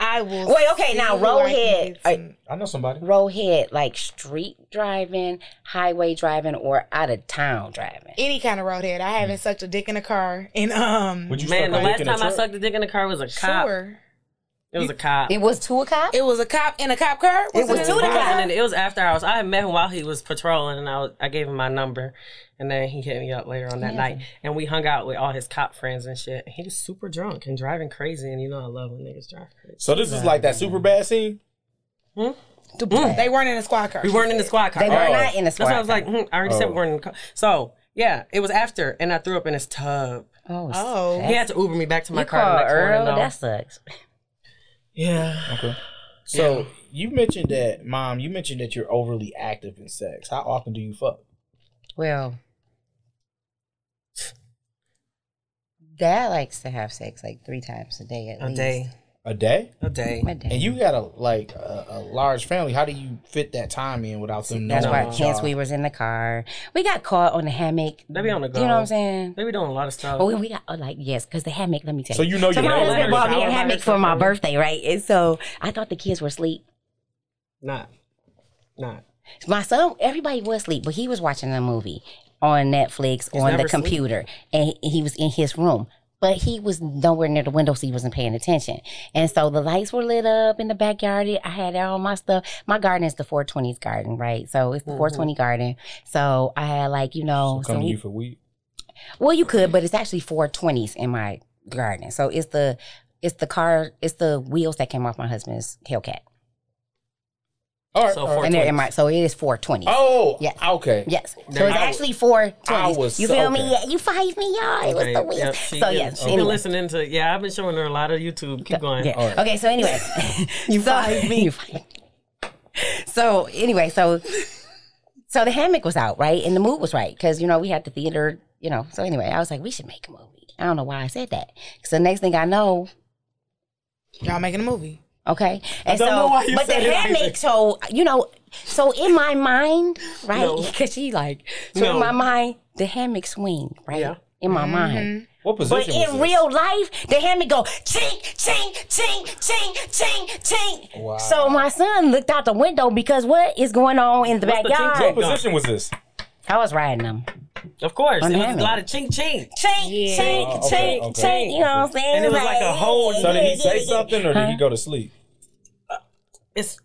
I will. Wait, okay, now see where I can roadhead. get some- I know somebody. Roadhead, like street driving, highway driving, or out of town driving. Any kind of roadhead. I haven't sucked a dick in a car. And um, Would you Man, suck a the dick last in a time I truck? sucked a dick in the car was a cop. sure. It was a cop. It was two a cop. It was a cop in a cop car. It was in two a to cop cop. car? And it was after hours. I had met him while he was patrolling, and I was, I gave him my number, and then he hit me up later on that night, and we hung out with all his cop friends and shit. And he was super drunk and driving crazy, and you know I love when niggas drive crazy. So this is like that super bad scene? They weren't in a squad car. Mm. We weren't in the squad car. They were Oh. not in a That's squad. why I was like, hmm, I already said Oh. we weren't in the car. So yeah, it was after, and I threw up in his tub. oh, Oh. He had to Uber me back to my you car the call next morning. Earl? though. That sucks. yeah. Okay. So you mentioned that, mom, you mentioned that you're overly active in sex. How often do you fuck? Well, Dad likes to have sex like three times a day at A least. day. A day? A day. My dad. And you got a like a, a large family. How do you fit that time in without them knowing? That's why, that hence y'all- we was in the car. We got caught on the hammock. They be on the You know what go. I'm saying? They be doing a lot of stuff. Oh, we, we got oh, like yes, because the hammock. Let me tell So you know So you're my Yeah, husband like bought a me a shower by hammock for my yourself. birthday, right? And so I thought the kids were asleep. Not. Not. My son, everybody was asleep, but he was watching a movie on Netflix on the never asleep. computer, and he- he was in his room. But he was nowhere near the window, so he wasn't paying attention. And so the lights were lit up in the backyard. I had all my stuff. My garden is the 420s garden, right? So it's the 420 garden. So I had like you know, Mm-hmm. Come so to we- you for weed. well, you could, but it's actually four twenties in my garden. So it's the it's the car it's the wheels that came off my husband's Hellcat, All right. So all right. four- and they're in my so it is four twenty. Oh, Yes. Okay. Yes, so There it's you go. actually four I twenties. was You so- feel okay. me? Yeah, you five me, y'all. It was Okay, the wheels. yep, she so is- yes, She's been anyway. listening to yeah, I've been showing her a lot of YouTube. Keep going. Yeah. Alright. Okay, so anyway. you find me. so anyway, so so the hammock was out, right? And the mood was right. Cause you know, we had the theater, you know. So anyway, I was like, we should make a movie. I don't know why I said that. Cause the next thing I know, Y'all making a movie. Okay. And don't so, know why you but the said it hammock, either. so, you know, so in my mind, right? No. Because she like, so No. in my mind, the hammock swing, right? Yeah. In my mind. What But position? was in this? real life, the hammock go ching, ching, ching, ching, ching, ching. Wow. So my son looked out the window because what is going on in the What's the ching, What backyard? ching? position was this? I was riding them. Of course. On it the was a hammock. lot of ching ching. Ching, Yeah. ching, Oh, okay, ching, okay. ching. You know what I'm saying? And it was like a whole- So did he say something or did he go to sleep? It's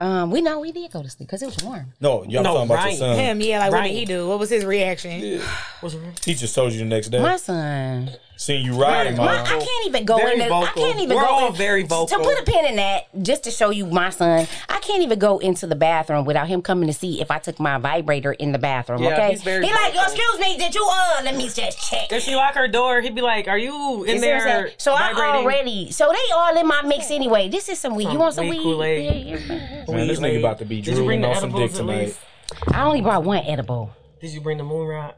Um, we know we did go to sleep because it was warm. No, y'all No, talking about right. your son. Him, yeah. Like what Right. did he do? What was his reaction? was He just told you the next day. My son. Seeing you riding, My, mom. I can't even go Um, Very into. I vocal. can't even We're go all in- very vocal. To put a pin in that, just to show you my son, I can't even go into the bathroom without him coming to see if I took my vibrator in the bathroom. Yeah, okay, he's very he like, vocal. excuse me, did you uh? Let me just check. if she lock her door, he'd be like, Are you in You see what I'm there? saying? so I vibrating? already, so they all in my mix anyway. This is some weed. You want some Weed weed? Kool-Aid. Yeah, you're- Man, this nigga about to be Did you drooling bring the on some dick edibles at tonight. least? I only brought one edible. Did you bring the moon rock?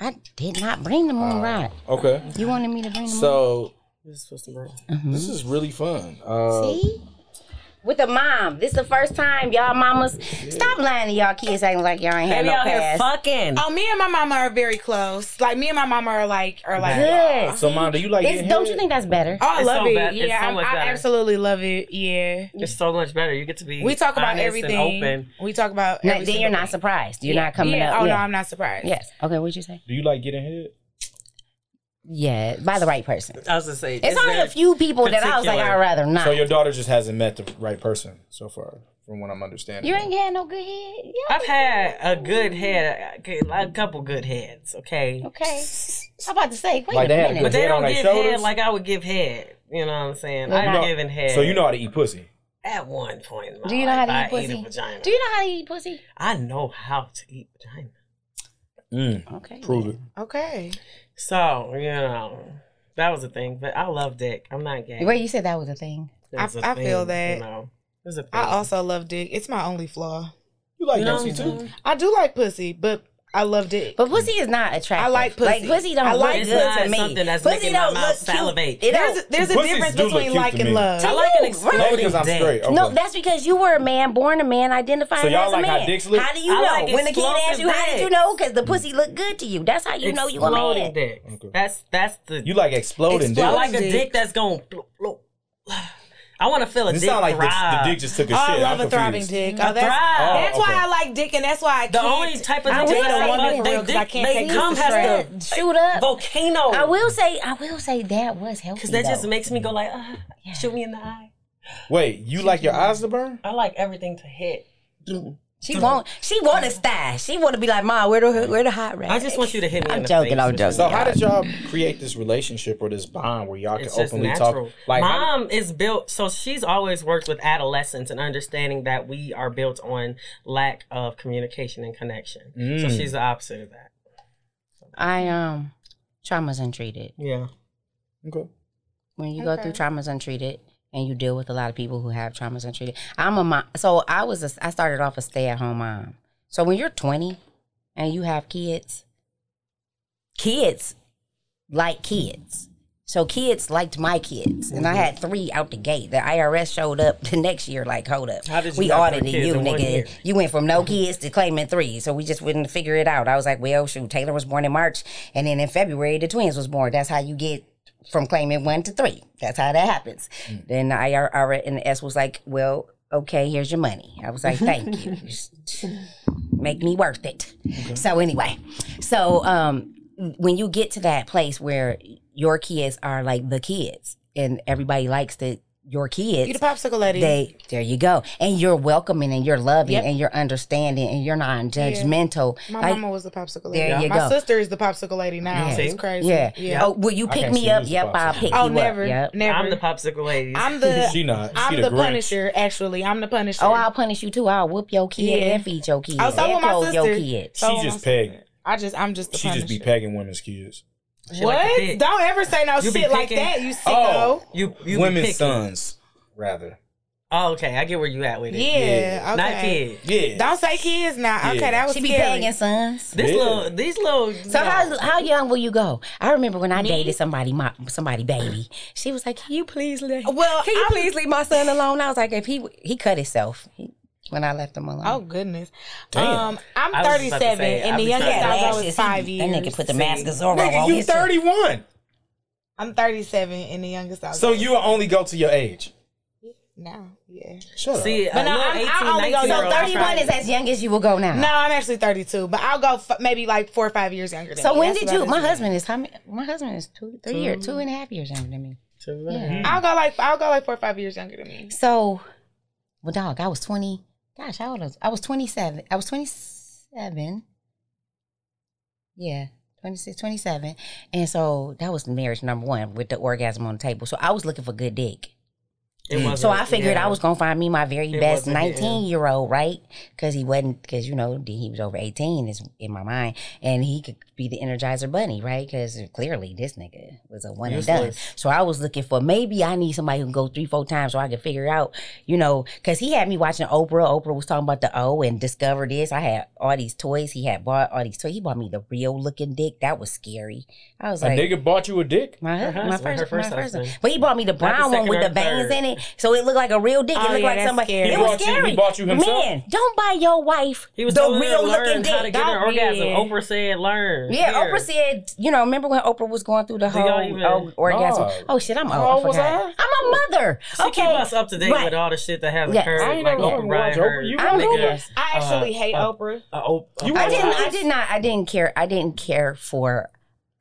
I did not bring the Uh, moon rod. Okay. You wanted me to bring the moon. So This was the this is really fun. Uh, See, with the mom. This the first time y'all mamas stop lying to y'all kids acting like y'all ain't had Baby no out here past. fucking. Oh, me and my mama are very close. Like me and my mama are like are like. Good. So, mom, do you like? It's, getting don't head? you think that's better? Oh, I It's love so it. bad- it's Yeah, so I'm- much I better. absolutely love it. Yeah. It's so much better. You get to be. We talk about honest and everything. open. We talk about No, every then you're single- not surprised. You're Yeah. not coming yeah. up. Oh yeah. no, I'm not surprised. Yes. Okay. What'd you say? Do you like getting hit? Yeah, by the right person. I was gonna say It's, only a very- few people that I was like, particular. I'd rather not. So your daughter just hasn't met the right person so far, from what I'm understanding. you ain't had no good head. Yeah. I've had a good head, a couple good heads. Okay. Okay. I'm about to say, wait Like a they had a minute. good But they Head on don't their give shoulders? head like I would give head. You know what I'm saying? Well, I've no. given head. So you know how to eat pussy. At one point, in my Do you know how to life, eat pussy? I ate a vagina. Do you know how to eat pussy? I know how to eat vagina. Mm, Okay. prove it. Okay. So you know that was a thing. But I love dick. I'm not gay. Wait, you said that was a thing. It was I- a I feel thing, that. You know, it was a thing. I also love dick. It's my only flaw. You like You know pussy what I'm too. I do like pussy, but I love dick. But pussy is not attractive. I like pussy. Like pussy don't I like look It's good not to me. something that's pussy making my don't mouth look cute. salivate. It there's don't- a, there's a Pussies difference do look between cute like to and me. I love. like an Right. Maybe Maybe exploding because I'm dick. straight. Okay. No, that's because you were a man, born a man, identifying So y'all as a like how man. dicks look? How do you I know? like when the kid explosive asks you, how did you dicks. know? Because the pussy looked good to you. That's how you know you a Exploding man. dick. Okay. That's that's the. You like exploding, I dick. Explode. like a Dick. dick, that's going. I want to feel a It dick sound like the, thrive. the dick just took a Oh, I shit. love I'm a thriving confused. dick. I Oh, that's thrive. that's Oh, okay. why I like dick, and that's why I The can't. only type of I dick will that I say fuck, nothing they- real 'cause they- I can't they take come this has strap. to- Shoot up. volcano. I will say, I will say that was healthy. Because that just though. makes me go like, ah, shoot me in the eye. Wait, you like your eyes to burn? I like everything to hit. Mm. she want she want a stash. She want to be like, Mom, where the where the hot rack? I just want you to hit me I'm in the joking, face. I'm joking. So how did y'all create this relationship or this bond where y'all It's can just openly natural. talk? Like, how Mom is built, so she's always worked with adolescents and understanding that we are built on lack of communication and connection. So Mm. she's the opposite of that. I um trauma's untreated. Yeah. did- okay. when you go through Okay. traumas untreated and you deal with a lot of people who have traumas untreated. I'm a mom, so I was a, I started off a stay at home mom. So when you're 20 and you have kids, kids like kids. So kids liked my kids, and I had three out the gate. The IRS showed up the next year, like, hold up, How did you we have three audited kids you, in one year? nigga. You went from no kids to claiming three, so we just wouldn't figure it out. I was like, well, shoot, Taylor was born in March, and then in February the twins was born. That's how you get from claiming one to three. That's how that happens. Hmm. Then the IRS and the S was like, well, okay, here's your money. I was like, thank you, make me worth it. So anyway, so um, when you get to that place where your kids are like the kids, and everybody likes that your kids, you the popsicle lady. they there you go, and you're welcoming and you're loving Yep. and you're understanding and you're non-judgmental. my Like, mama was the popsicle lady. There you my go. sister is the popsicle lady now. Yeah. So it's See? crazy. yeah. Yeah. Oh, will you I pick can't me see up? who's Yep, I'll boxing. pick Oh, you never, up. Yep. never. I'm the popsicle lady. I'm the. She not. She I'm the, the, Grinch. punisher. Actually, I'm the punisher. Oh, I'll punish you too. I'll whoop your kid Yeah. and feed your kid I was talking with and my clothe your sister. kid. She So just am I. pegged. I just, I'm just the She punisher. just be pegging women's kids. She What? like a dick. Don't ever say no You be shit like picking- that. You sicko. Oh. You, you be women's picky. sons, rather. Oh, okay. I get where you at with it. Yeah. Not Okay. kids. Yeah. Don't say kids now. Yeah. Okay, that was She be scary. begging sons. This Yeah. little, these little. So no. how how young will you go? I remember when I dated somebody, my somebody baby. She was like, "Can you please leave? Well, can you I'm- please leave my son alone?" I was like, "If he he cut himself when I left him alone." Oh goodness. Damn. Um, I'm I was just about to 37, say, and I the be youngest trying to- I was, I Lashes, was he- five years. That nigga put the mask of Zorro Nigga, on you his- 31. I'm 37, and the youngest I was. So you only go to your age. now, yeah. Shut See, up. but no, no, I'm- 18, I only go- no, 19-year-old, I 31 probably- is as young as you will go now. No, I'm actually 32, but I'll go f- maybe like four or five years younger. Than So me. when That's did about you? it. My husband is how many? My husband is two, three years, two and a half years younger than me. I'll go like I'll go like four or five years younger than me. So, well, dog, I was twenty. Gosh, how old was I? Was twenty seven. I was twenty seven. Yeah. 26, 27. And so that was marriage number one with the orgasm on the table. So I was looking for good dick. It wasn't- So I figured yeah. I was gonna find me my very It best wasn't hitting. nineteen year old, right? Because he wasn't, because you know he was over eighteen is in my mind, and he could be the Energizer Bunny, right? Because clearly this nigga was a one and done. Useless. So I was looking for maybe I need somebody who can go three, four times so I can figure out, you know, because he had me watching Oprah. Oprah was talking about the O and discovered this. I had all these toys. He had bought all these toys. He bought me the real looking dick. That was scary. I was A like. nigga bought you a dick? My, hus- Her my husband, first, Uh-huh. her first my first husband. one. But he bought me the the brown one second with or the veins third. in it. head. So it looked like a real dick. Oh, it looked yeah, like that's somebody. scary. It He was bought you- he scary. bought you himself? Man, don't buy your wife He was the telling her to real looking learn dick. how to get Don't an orgasm. be- Oprah said, "Learn." Yeah, Here. Oprah said, you know, remember when Oprah was going through the Do whole y'all even- oh, orgasm? No. Oh shit, I'm How old. old I was forgot. I'm a mother. She okay. keep us up to date Right. with all the shit that has Yes. occurred. I I ain't like never Oprah watched Brian Oprah. Heard. You I'm Nigga, Oprah. I actually Uh, hate uh, Oprah. uh, Op- uh, You I were didn't. nice. I did not. I didn't care. I didn't care for.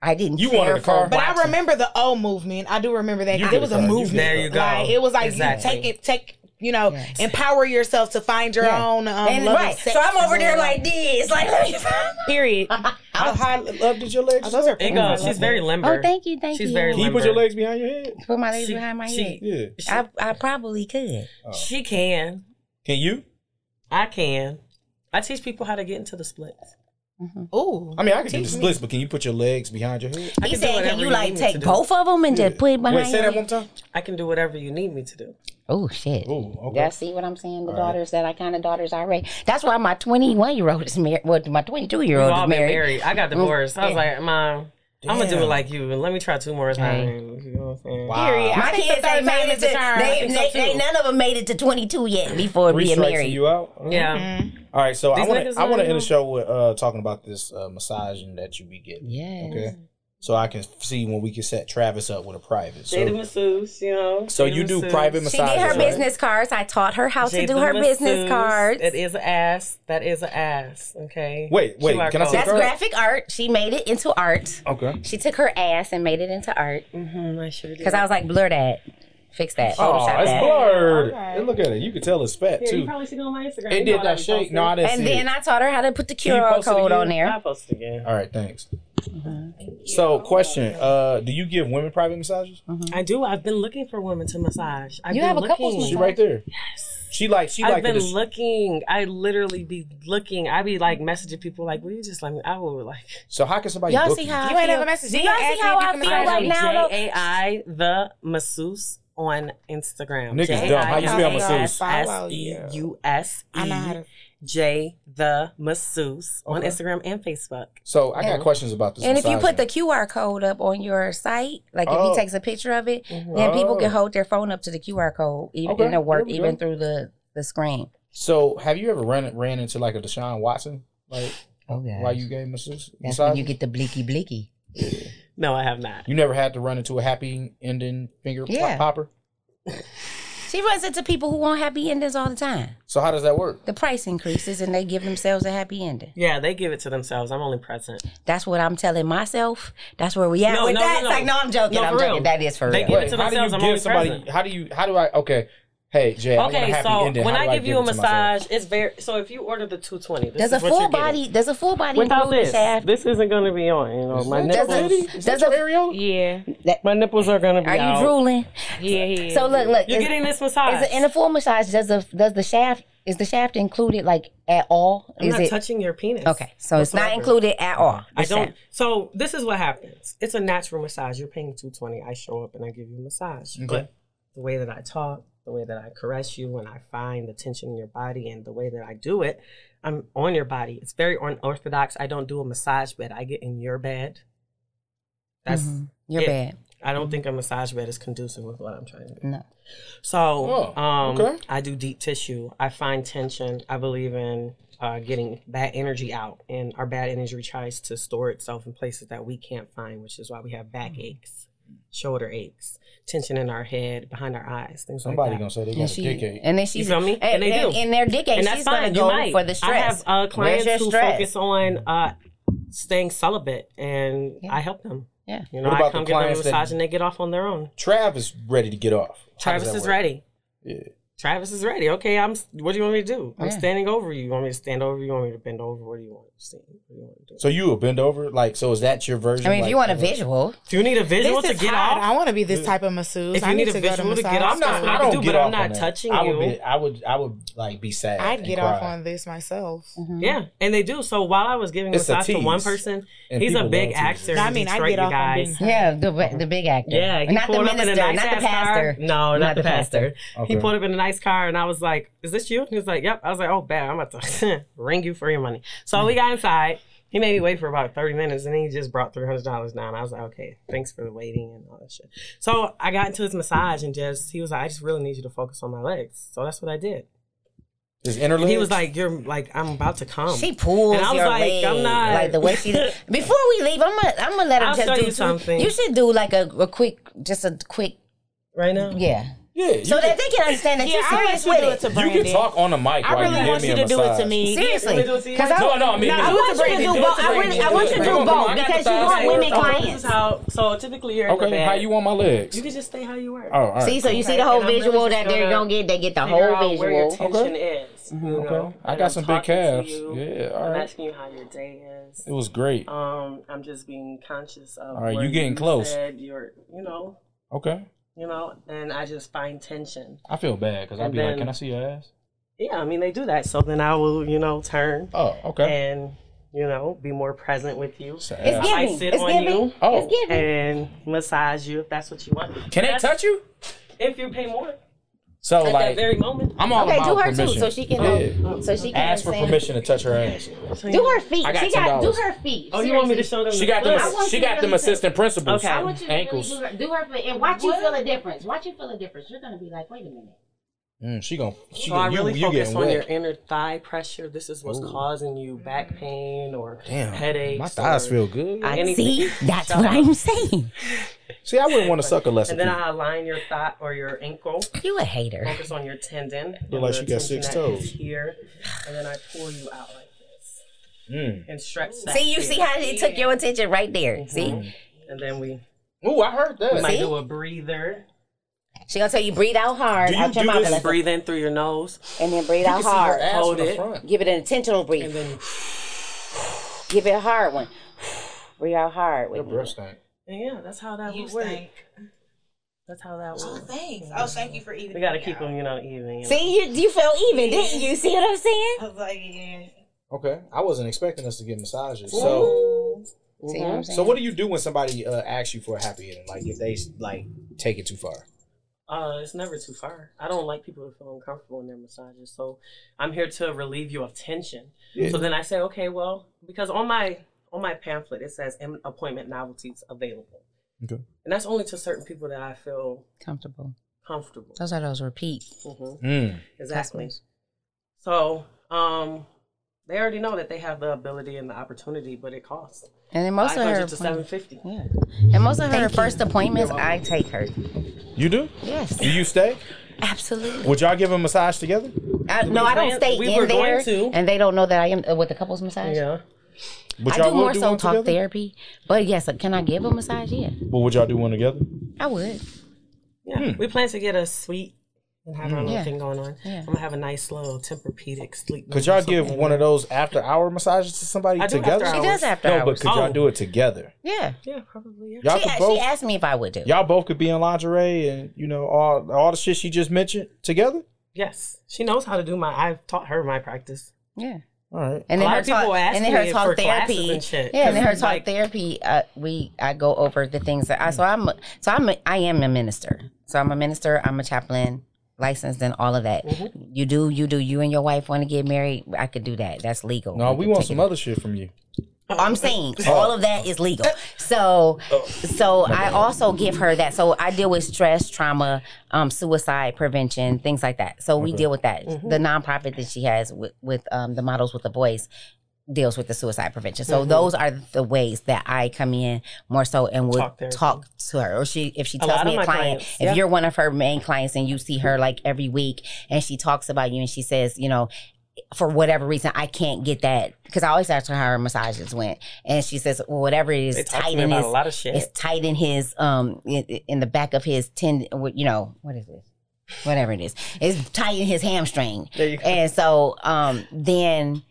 I didn't. You care wanted a for car. But watching. I remember the O movement. I do remember that You 'cause did it was it, a bro. You movement. There you go. Like it was like Exactly. you take it, take you know, Yes. empower yourself to find your Yeah. own um, And, love and right. sex So I'm over there and- like this. Like, let me find- period. How high up did your legs? Oh, those are It I goes. love She's that. very limber. oh, thank you, thank She's you. very Can you put Remember. your legs behind your head? Put my legs She- behind my she- head. Yeah. I, I probably could. She can. Can you? I can. I teach people how to get into the splits. Ooh. I mean, I can do the splits, but can you put your legs behind your head? I He can do said, whatever "Can you you need like me to take do." both of them and just put it behind?" Wait, say that you?" one time. I can do whatever you need me to do. Oh shit! Ooh, okay. Y'all see what I'm saying? The All right. daughters that I kind of daughters I raised. That's why my 21 year old is married. Well, my 22 year We've old all is been married. married. I got divorced. I was yeah. like, Mom, I'm gonna do it Damn. like you, and let me try two more times. You know what I'm saying? Wow. period. My I think the kids third ain't made time it is to. the charm. I They, think so they, too. they, none of them made it to 22 yet before Three being strikes and married. you out. Yeah. Mm-hmm. All right, so I These want niggas to I want don't to end know. the show with uh, talking about this uh, massaging that you be getting. Yeah. Okay. So I can see when we can set Travis up with a private. Jada So, masseuse, you know. so Jada you do masseuse. private She massages. did her right? business cards. I taught her how to Jada do her business masseuse. cards. That is an ass. That is an ass. Okay. Wait, wait, QR can I say code. That's Girl. graphic art. She made it into art. Okay. She took her ass and made it into art. Mhm, I sure did. Because I was like, blur that. Fix that. Oh, Photoshop it's that. blurred. Okay. And look at it. You can tell it's fat Yeah, you too. probably see it on my Instagram. It You know did what that I shake. posted. No, I didn't And see then it. I taught her how to put the you QR post it code again? on I there. posted again. All right, thanks. Mm-hmm. So, question: uh, Do you give women private massages? I do. I've been looking for women to massage. I've Mm-hmm. You been have a looking. couple's She right there. She like she I've like been the dis- looking. I literally be looking. I be like messaging people like, "Will you just let me?" I will like. so how can somebody Y'all book see you? how You I ain't feel? never messaged Do me y'all and asked see how me I if you feel can massage right me? now? though? J A I the masseuse on Instagram. Niggas dumb. How you spell masseuse? S E U S I know how E to- J the masseuse on Okay. Instagram and Facebook. So I got Yeah. questions about this. And if you put the massaging. QR code up on your site, like if Oh. he takes a picture of it, then Oh. people can hold their phone up to the QR code, even Okay, and it work there we even go. through the the screen. so have you ever ran ran into like a Deshaun Watson like Oh yeah, while you gave masseuse? that's massage? when you get the blicky blicky. No, I have not. You never had to run into a happy ending finger pl- Yeah. popper. She runs into people who want happy endings all the time. So how does that work? The price increases and they give themselves a happy ending. Yeah, they give it to themselves. I'm only present. That's what I'm telling myself. That's where we at No, with no, that. no, It's like, no. no, I'm joking. No, I'm for joking. real. That is for They real. give it Wait, to how do you themselves. I'm give only somebody? present. How do you? How do I? Okay, hey Jay, I want a okay, happy so ending. when How I do give you a it to myself? massage, it's very. So if you order the 220, this Does a is what full you're getting. body? Does a full body Without include the this, shaft? this isn't going to be on. You know, my Does nipples, a, does a, Yeah. my nipples are going to are be out. you drooling? Yeah, yeah. So look, look. You're is- getting this massage. Is it in a full massage? Does the does the shaft is the shaft included like at all? I'm is not it touching your penis. okay? So it's not whatsoever. included at all. I the don't. shaft. So this is what happens. It's a natural massage. You're paying two twenty. I show up and I give you a massage. But the way that I talk, the way that I caress you, and I find the tension in your body, and the way that I do it, I'm on your body. It's very unorthodox. I don't do a massage bed. I get in your bed. That's. Mm-hmm. You're it. bad. I don't think a massage bed is conducive with what I'm trying to do. No. So Oh, um, okay. I do deep tissue. I find tension. I believe in uh, getting bad energy out, and our bad energy tries to store itself in places that we can't find, which is why we have back Mm. aches, shoulder aches, tension in our head, behind our eyes, things somebody like that. gonna say they And got a she dick ache. and then she's feel me? And, And they do. and, their dick ache. and that's she's fine. gonna You go might. for the I stress. have uh, Where's clients your who stress? focus on uh, staying celibate, and Yeah. I help them. Yeah. You know, What about I come the give them a clients that- massage, and they get off on their own. Trav is ready to get off. How does Travis that is work? ready. Yeah. Travis is ready. Okay, I'm. What do you want me to do? I'm Yeah. standing over you. You want me to stand over? You want me to bend over? What do you want? Stand- What do you want to do? So you will bend over, like so. Is that your version? I mean, like, if you want a of- visual, If you need a visual This to is get hot. I off, want to be this type of masseuse. If you I need need, a to go to visual to get massage off, I'm not. That's what I I don't do, get but I'm off not on that. touching I would you. Be, I would. I would like be sad. I'd and get cry. off on this myself. yeah, and they do. So while I was giving It's a massage to one tease. person, And he's a people big love teases. actor. I in mean, I Detroit, get you off on guys. being yeah, the the big actor. Yeah, he not the pulled up in minister, a nice not the ass car. pastor. No, not, the pastor. Okay. He pulled up in a nice car, and I was like, "Is this you?" And he was like, "Yep." I was like, "Oh, bad. I'm about to ring you for your money." So we got inside. He made me wait for about 30 minutes and then he just brought $300 down. I was like, okay, thanks for waiting and all that shit. So I got into his massage and just, he was like, I just really need you to focus on my legs. So that's what I did. His inner And he legs? was like, you're like, I'm about to come. She pulls And I was your like, leg. I'm not- Like the way she. Before we leave, I'm gonna I'm gonna let her I'll just show do you two- something. You should do like a, a quick, just a quick, right now? yeah. yeah, you, So can, that they can understand that Yeah, you're I'll serious let you do it with to it. you Brandon. can talk on the mic I while really you give want me you a to do it massage. to me. Seriously, do it to you? because I No, no, I mean, I I want you to Brandon, do do it both. to I Brandon. really, I Do want it you to to do Brandon. Come both on, I got because the you thighs want here. women Oh, This is clients. how, so typically you're in the okay, bed. how you want my legs? You can just stay how you were. oh, all right. See, so you see Okay, the whole and I'm really visual just that they're gonna gonna get. They get the Figure whole out where your visual. tension is. you Okay. know? I And got I'm some big talking to calves. you. Yeah, all I'm right. asking you how your day is. It was great. Um, I'm just being conscious of. All right, where you getting close. Said you're, you know, Okay. you know, and I just find tension. I feel bad because I'd And be like, then- can I see your ass? Yeah, I mean they do that. So then I will, you know, turn Oh, okay. and you know be more present with you. It's an It's ass. giving. I sit it's on giving. you. Oh. It's giving. And massage you if that's what you want. Can they That's- touch you? If you pay more So, at that like, very moment. I'm all Okay, about do her permission. too, so she can. Yeah. So she can Ask for understand. permission to touch her ass. Do her feet. I got she got do $10. her feet. Oh, you want me to Seriously. show them? She got them. Look, want She you got to them really assistant principals. Okay. I I want you to ankles. really do her, do her feet and watch you feel a difference. Watch you feel a difference. You're gonna be like, wait a minute. Mm, she gon' She So I gon' you, really you focus getting on wet. your inner thigh pressure. This is what's causing you back pain or headaches. my thighs or feel good. anything. that's Shut what up. I'm saying. See, I wouldn't want to suck a lesson. And then I align your thigh or your ankle. You a hater. Focus on your tendon. Look like the she got six tension that is toes. Here, and then I pull you out like this Mm. and stretch that. See, you here. see how it took your attention right there. See, And then we Ooh, I heard that. might See? do a breather. she gonna tell you breathe out hard, Do you out your do mouth, this and, Breathe in through your nose. and then breathe out See her hard. ass from Hold the it. front. Give it an intentional breathe. And then, Give it a hard one. Breathe out hard. Wait a Your breath minute. stank. and yeah, that's how that You would work. stink. That's how that Oh, would work. thanks. Oh, thank you for eating. We gotta me keep out. them, you know, even. you know. See, you you felt even, didn't you? See what I'm saying? I was like, yeah. Okay, I wasn't expecting us to get massages. So, See what I'm saying? so what do you do when somebody uh, asks you for a happy ending? Like if they like take it too far? Uh, it's never too far. I don't like people to feel uncomfortable in their massages, so I'm here to relieve you of tension. So then I say, okay, well, because on my on my pamphlet it says "Em- appointment novelties available, Okay. and that's only to certain people that I feel Comfortable. comfortable. Those are those repeat. hmm Mm. Exactly. So um, they already know that they have the ability and the opportunity, but it costs And then five hundred to seven fifty. Yeah. And most of her first appointments, I take her. You do? Yes, Do you stay? absolutely. Would y'all give a massage together? I, no, I don't planned- stay we in were going there, to. and they don't know that I am uh, with the couples massage. Yeah. Would I do would more so one talk together? therapy, but yes, uh, can I give a massage? Yeah, But would y'all do one together? I would. Yeah, we plan to get a suite and have our little Yeah. thing going on. Yeah. I'm gonna have a nice little Tempur-Pedic sleep. Could y'all give one of those after hour massages to somebody I do together? after She hours. does after no, but hours. could y'all Oh. do it together? yeah, Yeah, probably. Yeah. Y'all she, could she both. asked me if I would do. it. Y'all both could be in lingerie and you know all all the shit she just mentioned together. Yes, she knows how to do my. I've taught her my practice. Yeah. All right. And A then lot her of people talk, ask and then me her talk for classes therapy. and shit, yeah, and then her 'cause, talk like- therapy. Uh, we I go over the things that I so I'm a- so I'm a, I am a minister. So I'm a minister. I'm a chaplain, licensed, and all of that. Mm-hmm. You do you do you and your wife want to get married? I could do that. That's legal. No, we want take some it. other shit from you. Oh, I'm saying all of that is legal. So, so I also give her that. So I deal with stress, trauma, um, suicide prevention, things like that. So we deal with that. Mm-hmm. The nonprofit that she has with with um, the models with the voice deals with the suicide prevention. Mm-hmm. So those are the ways that I come in more so and would Talk talk, therapy. to her. Or she if she lot tells me of a my client, clients, if yeah. you're one of her main clients and you see her like every week and she talks about you and she says, you know, for whatever reason I can't get that because I always ask her how her massages went, and she says well, whatever it is, They talk to tight me in about his, a lot of shit. it's tight in his um in, in the back of his tendon, you know what is this, whatever it is, it's tight in his hamstring, There you go. and so um then.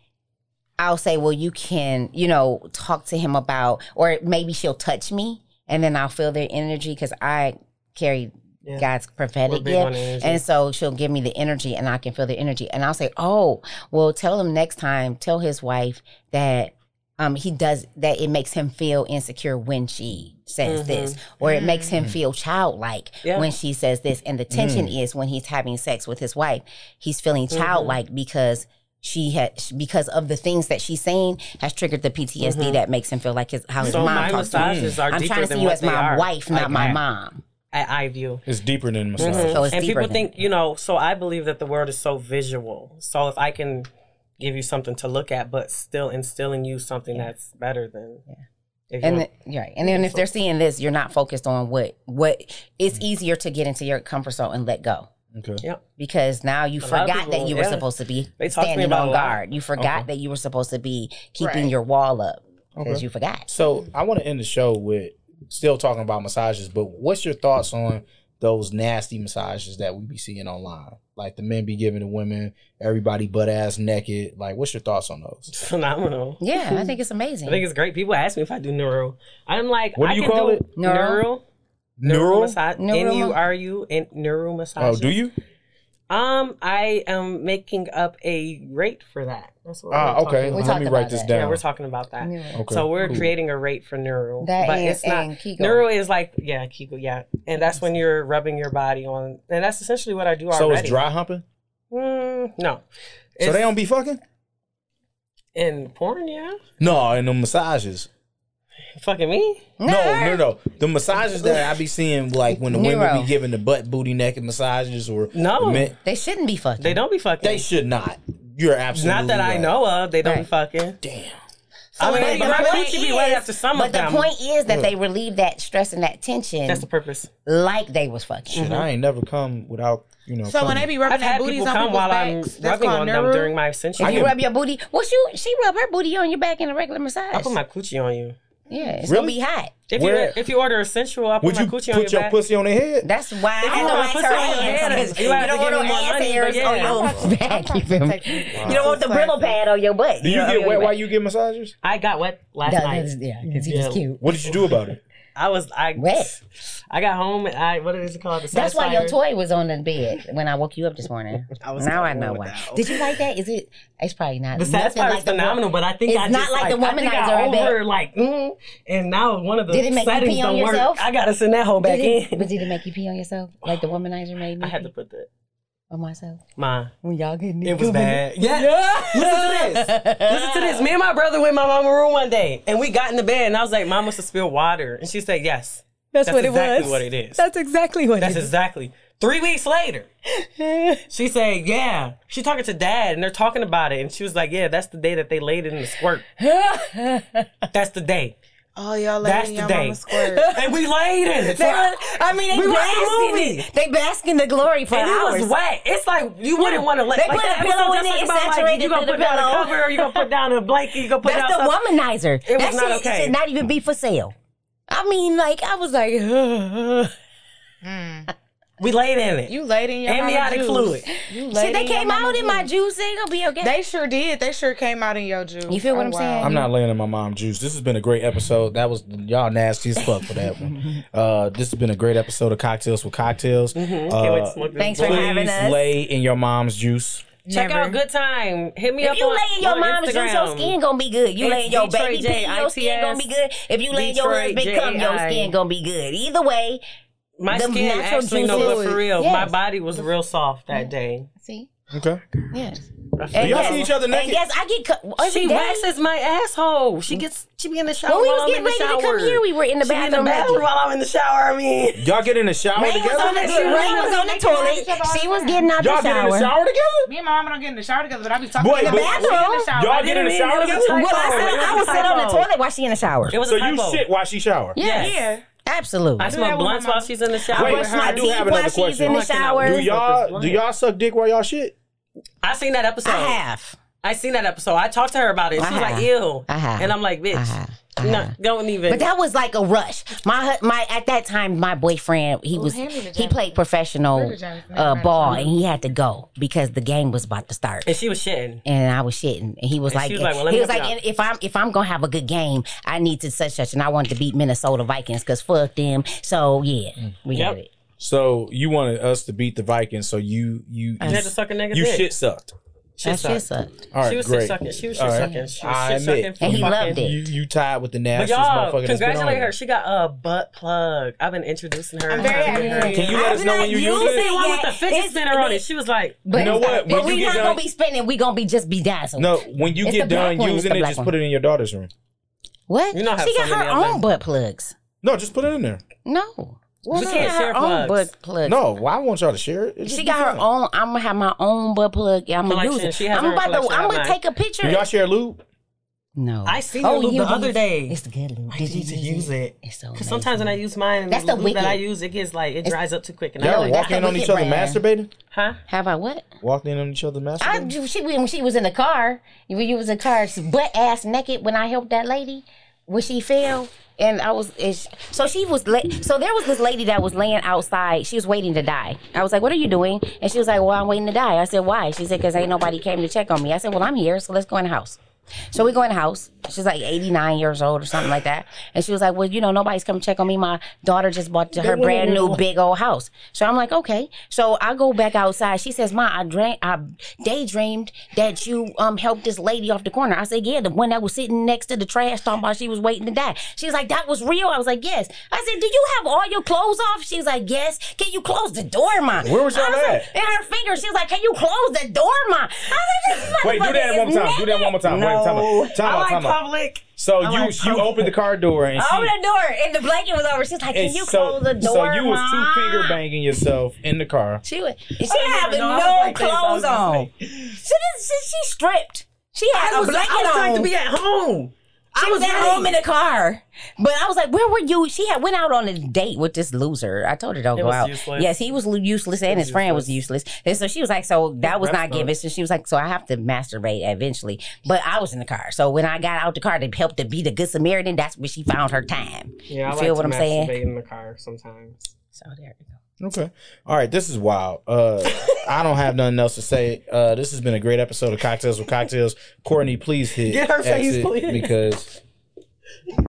I'll say, well, you can, you know, talk to him about, or maybe she'll touch me, and then I'll feel their energy because I carry Yeah. God's We're prophetic big on gift, energy. and so she'll give me the energy, and I can feel the energy, and I'll say, "Oh, well, tell him next time. Tell his wife that um he does that. It makes him feel insecure when she says this, or it makes him feel childlike Mm-hmm. Mm. Yeah. Mm. when she Mm-hmm. says this. And the tension is when he's having sex with his wife, he's feeling childlike because she had sh- because of the things that she's saying has triggered the PTSD that makes him feel like his how his Mm-hmm. So mom my talks to him. massages are I'm deeper trying to than see you what as they my are. wife, not Like, my I- mom. I, I view. It's deeper than Mm-hmm. massage. So it's and deeper people than think you know so i believe that the world is so visual so if i can give you something to look at but still instill in you something that's better than if And you the, right, and then if they're seeing this, you're not focused on what what. It's easier to get into your comfort zone and let go Okay. yeah because now you lot of forgot people- that you were yeah. supposed to be They talk to me standing about a on lot. guard. You forgot that you were supposed to be keeping Right. your wall up because Okay. you forgot. So I want to end the show with still talking about massages, but what's your thoughts on those nasty massages that we be seeing online? Like the men be giving the women, everybody butt ass naked. Like, what's your thoughts on those? it's phenomenal Yeah, I think it's amazing. i think it's great people ask me if i do neural i'm like What do I you can call do it? Neural? neural Neural? massage Neural ma- n-u-r-u and neural massage Oh, do you? um i am making up a rate for that that's what Ah, we're okay. talking We about. Let me talked write about this that. down. yeah we're talking about that Okay. So we're cool. creating a rate for neural, That but and- it's not and Kegel. neural is like yeah Kegel yeah, and that's when you're rubbing your body on, and that's essentially what I do So already. it's dry humping. Mm, so no, It's- they don't be fucking. in porn yeah, No, and the massages. fucking me. No, no, no. The massages that I be seeing, like when the women Neuro. be giving the butt booty naked massages, or No. the men, They shouldn't be fucking. They don't be fucking. they should not. You're absolutely not that I right. know of. They don't be Right. fucking. Damn. I mean, but but the point my point should be right is- after some but of the them. Mm. point is that they relieve that stress and that tension that's Mm. the purpose. like they was fucking. Shit, I ain't never come without you know. So when coming. they be rubbing I've their had booties people on come people's while I'm backs, that's rubbing on called them neural. during my sensual. If you can- rub your booty, well, she she rub her booty on your back in a regular massage. I put my coochie on you. yeah, it's gonna Really? be hot. If Where- you if you order a sensual, I'll put Would my you coochie put on your, your, back. pussy on their head? That's why They I don't don't want like to her put it on your head. hands. You You, have to don't want give no me more ass money, hairs but yeah. on your back. You, feel me? you don't want the Brillo pad on your butt. Do you know, get on wet your while back. you get massages? I got wet last No, night. that's- yeah, because he Yeah. was cute. What did you do about it? I was I Wet. I got home and I what is it called? The That's why your satisfier. toy was on the bed when I woke you up this morning. I was now I going know with why. that one. Did you like that? Is it? It's probably not. The nothing satisfier is like the one- phenomenal, but I think It's I not just, like the I think womanizer, I I bet. over like mm, and now one of the Did it make you settings pee on don't yourself? work. I gotta send that whole back Did it, in. but did it make you pee on yourself? Like the womanizer made me I had to pee put that. on myself? My When y'all get it was bad. Yeah. Listen to this. Listen to this. Me and my brother went in my mama room one day and we got in the bed and I was like, Mom must have spilled water. And she said, Yes. That's, That's what exactly it was. what it is. That's exactly what That's it is. exactly. Three weeks later, she said, "Yeah." She talking to dad, and they're talking about it, and she was like, "Yeah, that's the day that they laid it in the squirt. that's the day." Oh, y'all That's letting the y'all day. mama squirt. And we laid in it. They for- were- I mean, they We were at the basked in movie. it. They bask in the glory for and it hours. was wet. It's like you wouldn't want to let. They like put a that pillow episode in it, just talking it about, like, saturated you gonna through put the down a pillow. cover, you gonna put down a blanket, you gonna put That's down the something. womanizer. It was that not shit okay. should not even be for sale. I mean, like I was like, We laid in it. You laid in your mama Amniotic juice. fluid. You laid shit, in they your came mama out in my juice. juice. They gonna be okay. They sure did. They sure came out in your juice. You feel what Oh, I'm wow. saying? I'm not laying in my mom juice. This has been a great episode. That was y'all nasty as fuck for that one. Uh, this has been a great episode of Cocktails with Cocktails. Can't wait to Uh, smoke this Thanks for blunt. having please us. lay in your mom's juice. Check Never. out Good Time. Hit me up if you on, lay in your on mom's juice, your Instagram. skin gonna be good. You It's lay in your Detroit baby J pee, your skin gonna be good. If you lay in your Detroit husband cum, your J I. skin gonna be good. Either way, My The skin natural actually no, but juices. for real, my Yes. body was real soft that day. see, Okay. yes, I and y'all yes, see each other and naked? yes, I get cu- every She day. waxes my asshole. She gets she be in the shower. When we while was I'm getting in the ready to shower. come here, we were in the She be in the bathroom. bathroom naked. while I'm in the shower. I mean, Y'all get in the shower Ray was together. on the, Ray was on the toilet. She was getting out Y'all the get in the shower. shower together. Me and my mama don't get in the shower together, but I be talking Boy, in the but- bathroom. In the shower. Y'all get in the It was a shower together. typo. Well, I said I would sit on the toilet while she in the shower. It was So a you typo. sit while she shower. Yes, Yeah. absolutely. I that smoke with blunts my mom. while she's in the shower. Wait, with her. I my do teeth have another while she's question. in Oh, the I cannot shower. Do wait. y'all do y'all suck dick while y'all shit? I seen that episode. I have. I seen that episode. I talked to her about it. She was Uh-huh. like, "Ew," Uh-huh. and I'm like, "Bitch, Uh-huh. no, don't even." But that was like a rush. My hu- my at that time, my boyfriend he was hand me the he Jack- played professional the Jack- uh, ball and he had to go because the game was about to start. and she was shitting. And I was shitting, and he was like, she was like, "Well, let he me was help like, you if I'm if I'm gonna have a good game, I need to such such, and I wanted to beat Minnesota Vikings because fuck them. So yeah, we Mm. Yep. got it. So you wanted us to beat the Vikings, so you you You had to suck a nigga you dick. shit sucked. She That sucked. shit sucked. All right, she was great. shit sucking. She was All shit right. sucking. She was I shit admit. sucking. for And he fucking- loved it. You you tied with the But nastiest y'all, motherfucker that's been on congratulate here. her. She got a butt plug. I've been introducing her. I'm very I've been happy. her- Can you let I've us know not when you used use The it? one with the It's- fidget it's- spinner on it. She was like, But You know it's- what? But When you we get not done- gonna be spinning. We gonna be just bedazzled. No, when you It's get the black done one, it's using the it, black just one. put it in your daughter's room. What? You know how she got so many her of them- own butt plugs. No, just put it in there. No. Well, We she can't got her share own plugs. butt plugs. No, why won't y'all to share it? It's She just got her fun. own. I'm gonna have my own butt plug. I'm gonna use Collection. it. She has I'm her own about to. collection. I I'm have gonna mine. take a Do picture. y'all share lube? no. I seen your Oh, you lube the use- other day. It's the good lube. I Did need to you use it. It's so. Because sometimes when I use mine, That's that's the the lube that wicked- I use, it gets like it dries up too quick. And I Y'all don't that's walked like the in on wicked each other brand. masturbating? huh? Have I what? Walked in on each other masturbating? I she when she was in the car. When you was in the car, she butt ass naked. When I helped that lady, when she fell, and I was and sh so she was la- so there was this lady that was laying outside. She was waiting to die. I was like, "What are you doing?" And she was like, "Well, I'm waiting to die." I said, "Why?" She said, "Cause ain't nobody came to check on me." I said, "Well, I'm here, so let's go in the house." So we go in the house. She's like 89 years old or something like that. And she was like, Well, you know, nobody's come check on me. My daughter just bought her brand new big old house. So I'm like, Okay. So I go back outside. She says, Ma, I dream I daydreamed that you um helped this lady off the corner. I said, Yeah, the one that was sitting next to the trash talking about she was waiting to die. She's like, That was real. I was like, Yes. I said, Do you have all your clothes off? She's like, Yes. Can you close the door, Ma? Where was y'all I was like- at? in her finger, she was like, Can you close the door, Ma? I was like, "This Wait, do that motherfucker one is more time. Do that one more time. No. Wait, time out. Time out. Time out. public. Oh, So I you like you purple. opened the car door and she Open the door, and the blanket was over. She's like, "Can and you so, close the door?" so you was Ma?" two finger banging yourself in the car. She was. She I had didn't even know. I no was like this. I was clothes just on. like- She didn't. She, she stripped. She had I was, a blanket I was on. trying to be at home. she I was was at home in the car. But I was like, "Where were you?" She had went out on a date with this loser. I told her don't It go was out. useless. Yes, he was lo- useless, and his friend was useless. And so she was like, "So that was not breath given." So she was like, "So I have to masturbate eventually." But I was in the car, so when I got out the car to help to be the good Samaritan, that's where she found her time. Yeah, I You like to feel what I'm saying? masturbate in the car sometimes. So there you go. Okay. All right. This is wild. Uh, I don't have nothing else to say. Uh, this has been a great episode of Cocktails with Cocktails. Courtney, please hit Get her face, exit please. because